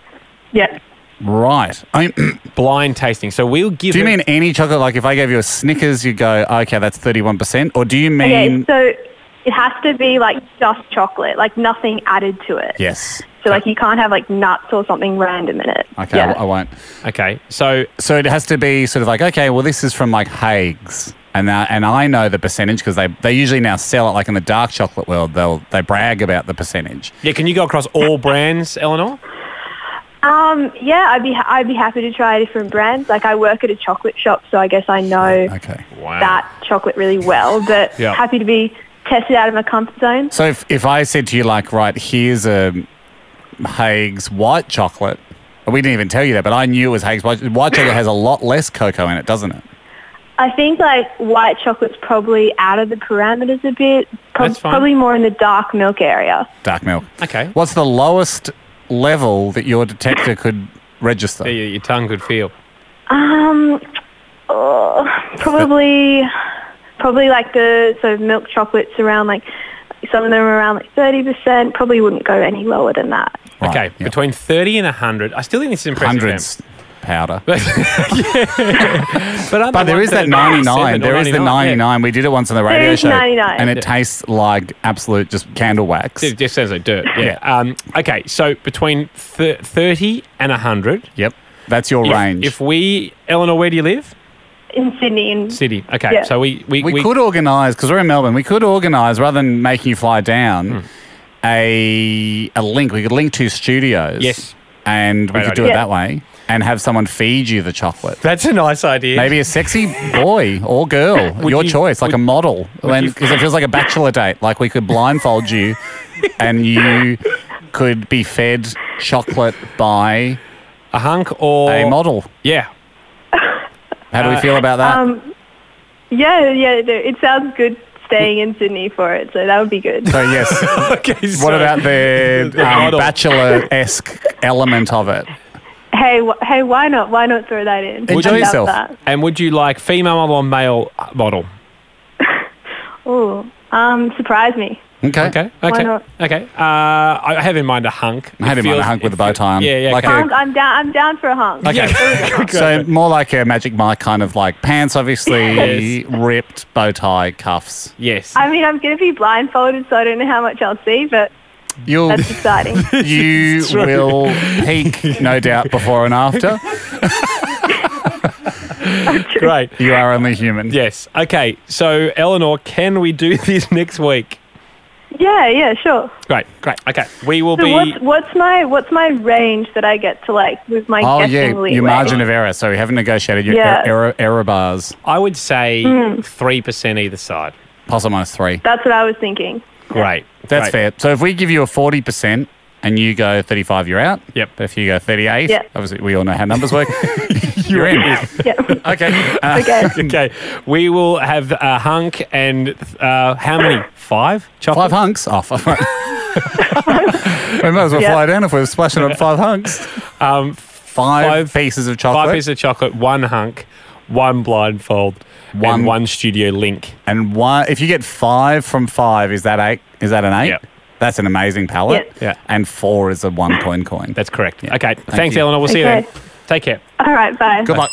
Speaker 12: Yeah.
Speaker 2: Right. I mean,
Speaker 1: blind tasting. So we'll give.
Speaker 2: Do you mean any chocolate? Like if I gave you a Snickers, you go, okay, that's thirty-one percent. Or do you mean?
Speaker 12: okay, so it has to be like just chocolate, like nothing added to it.
Speaker 2: yes.
Speaker 12: So like you can't have like nuts or something random in it.
Speaker 2: Okay, I,
Speaker 12: Yeah.
Speaker 2: I won't.
Speaker 1: Okay, so
Speaker 2: so it has to be sort of like okay, well, this is from like Haig's, and that, and I know the percentage because they they usually now sell it like in the dark chocolate world. They'll they brag about the percentage.
Speaker 1: Yeah, can you go across all brands, Eleanor?
Speaker 12: Um, yeah, I'd be ha- I'd be happy to try different brands. Like I work at a chocolate shop, so I guess I know
Speaker 1: Wow.
Speaker 12: that chocolate really well. But
Speaker 2: Yeah.
Speaker 12: happy to be tested out of my comfort zone.
Speaker 2: So if if I said to you like, right, here's a Haig's white chocolate. We didn't even tell you that, but I knew it was Haig's white. White chocolate has a lot less cocoa in it, doesn't it?
Speaker 12: I think like white chocolate's probably out of the parameters a bit. Prob-
Speaker 2: That's fine.
Speaker 12: Probably more in the dark milk area.
Speaker 2: Dark milk.
Speaker 1: Okay.
Speaker 2: What's the lowest level that your detector could register?
Speaker 1: your, tongue could feel.
Speaker 12: Um, oh, probably, probably like the sort of milk chocolates around like some of them are around like thirty percent. Probably wouldn't go any lower than that.
Speaker 1: okay, between 30 and 100. I still think this is impressive.
Speaker 2: Hundreds. Powder.
Speaker 1: But, aren't the
Speaker 2: But there
Speaker 1: ones
Speaker 2: is that
Speaker 1: that are
Speaker 2: 99.
Speaker 1: 97 or
Speaker 2: There is the
Speaker 1: 99,
Speaker 2: 99. We did it once on the
Speaker 1: There
Speaker 2: radio
Speaker 1: is
Speaker 2: show.
Speaker 1: 99.
Speaker 2: And it
Speaker 1: Yeah.
Speaker 2: tastes like absolute just candle wax.
Speaker 1: It just sounds like dirt. Yeah. Um, okay, so between th- 30 and 100.
Speaker 2: Yep. That's your
Speaker 1: if,
Speaker 2: range.
Speaker 1: If we, Eleanor, where do you live?
Speaker 12: In Sydney, in
Speaker 1: City. Okay,
Speaker 12: Yeah.
Speaker 1: so we. we,
Speaker 2: We, could organise, because we're in Melbourne, we could organise, rather than making you fly
Speaker 1: Hmm.
Speaker 2: down, a, a link. We could link two studios.
Speaker 1: Yes.
Speaker 2: And we
Speaker 1: Great
Speaker 2: could do
Speaker 1: idea.
Speaker 2: it
Speaker 1: Yeah.
Speaker 2: that way and have someone feed you the chocolate.
Speaker 1: That's a nice idea.
Speaker 2: Maybe a sexy boy or girl,
Speaker 1: Would
Speaker 2: your
Speaker 1: you-
Speaker 2: choice, like a model.
Speaker 1: would
Speaker 2: Because
Speaker 1: you-
Speaker 2: it feels like a bachelor date. Like we could blindfold you and you could be fed chocolate by
Speaker 1: a hunk or
Speaker 2: a model.
Speaker 1: Yeah.
Speaker 2: How do we feel about that?
Speaker 12: Um, yeah, yeah, no, it sounds good staying in Sydney for it, so that would be good.
Speaker 2: so, yes.
Speaker 1: okay,
Speaker 2: what about the,
Speaker 1: the
Speaker 2: um,
Speaker 1: model.
Speaker 2: bachelor esque element of it?
Speaker 12: hey, wh- hey, why not? Why not throw that in?
Speaker 1: Would
Speaker 12: I
Speaker 1: you-
Speaker 12: love that.
Speaker 1: And would you like female model or male uh, model?
Speaker 12: Ooh, um, surprise me.
Speaker 2: Okay.
Speaker 1: Okay.
Speaker 12: Why
Speaker 1: Okay.
Speaker 12: not?
Speaker 1: Okay. Uh, I have in mind a hunk.
Speaker 2: I had
Speaker 1: It
Speaker 2: him on a
Speaker 1: feels-
Speaker 2: hunk with a bow tie on.
Speaker 1: Yeah, yeah,
Speaker 2: Like
Speaker 1: okay.
Speaker 2: a,
Speaker 12: Hunk, I'm down. I'm down for a hunk.
Speaker 2: Okay. so more like a Magic Mike kind of like pants, obviously,
Speaker 12: Yes.
Speaker 2: ripped bow tie, cuffs.
Speaker 1: Yes.
Speaker 12: I mean, I'm going to be blindfolded, so I don't know how much I'll see, but
Speaker 2: You'll,
Speaker 12: that's exciting.
Speaker 2: you
Speaker 12: True.
Speaker 2: will peak, no doubt, before and after.
Speaker 1: Great.
Speaker 2: You are only human.
Speaker 1: Yes. Okay. So, Eleanor, can we do this next week?
Speaker 12: Yeah, yeah, sure.
Speaker 1: Great, great. Okay, we will
Speaker 12: so
Speaker 1: be.
Speaker 12: what's, what's my what's my range that I get to like with my
Speaker 2: oh,
Speaker 12: guessing
Speaker 2: yeah,
Speaker 12: leeway?
Speaker 2: your margin of error. So you haven't negotiated your
Speaker 12: Yeah.
Speaker 2: er- error, error bars.
Speaker 1: I would say
Speaker 12: Mm.
Speaker 1: three percent either side.
Speaker 2: Plus or minus three.
Speaker 12: That's what I was thinking.
Speaker 1: Great.
Speaker 2: That's
Speaker 1: Great.
Speaker 2: fair. So if we give you a 40% and you go 35, you're out.
Speaker 1: Yep.
Speaker 2: But if you go 38,
Speaker 12: Yeah.
Speaker 2: obviously we all know how numbers work, you're in. Okay. Uh,
Speaker 12: Okay.
Speaker 1: okay. We will have a hunk and uh, how many? Five? Chocolate?
Speaker 2: Five hunks off. we might as well
Speaker 1: Yeah.
Speaker 2: fly down if we're splashing on five hunks.
Speaker 1: Um,
Speaker 2: five, pieces of chocolate.
Speaker 1: Five pieces of chocolate, one hunk, one blindfold, one,
Speaker 2: One-
Speaker 1: and one studio link.
Speaker 2: And one, if you get five from five, is that eight? Is that an eight?
Speaker 1: Yep.
Speaker 2: That's an amazing palette.
Speaker 1: Yeah.
Speaker 2: And four is a one coin coin.
Speaker 1: That's correct. Okay.
Speaker 2: Thank
Speaker 1: Thanks,
Speaker 2: you.
Speaker 1: Eleanor. We'll see you
Speaker 12: Okay.
Speaker 1: then. Take care.
Speaker 12: All right, bye.
Speaker 2: Good luck.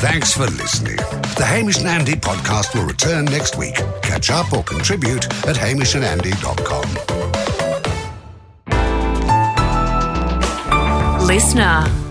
Speaker 8: Thanks for listening. The Hamish and Andy podcast will return next week. Catch up or contribute at hamishandandy.com.
Speaker 11: Listener.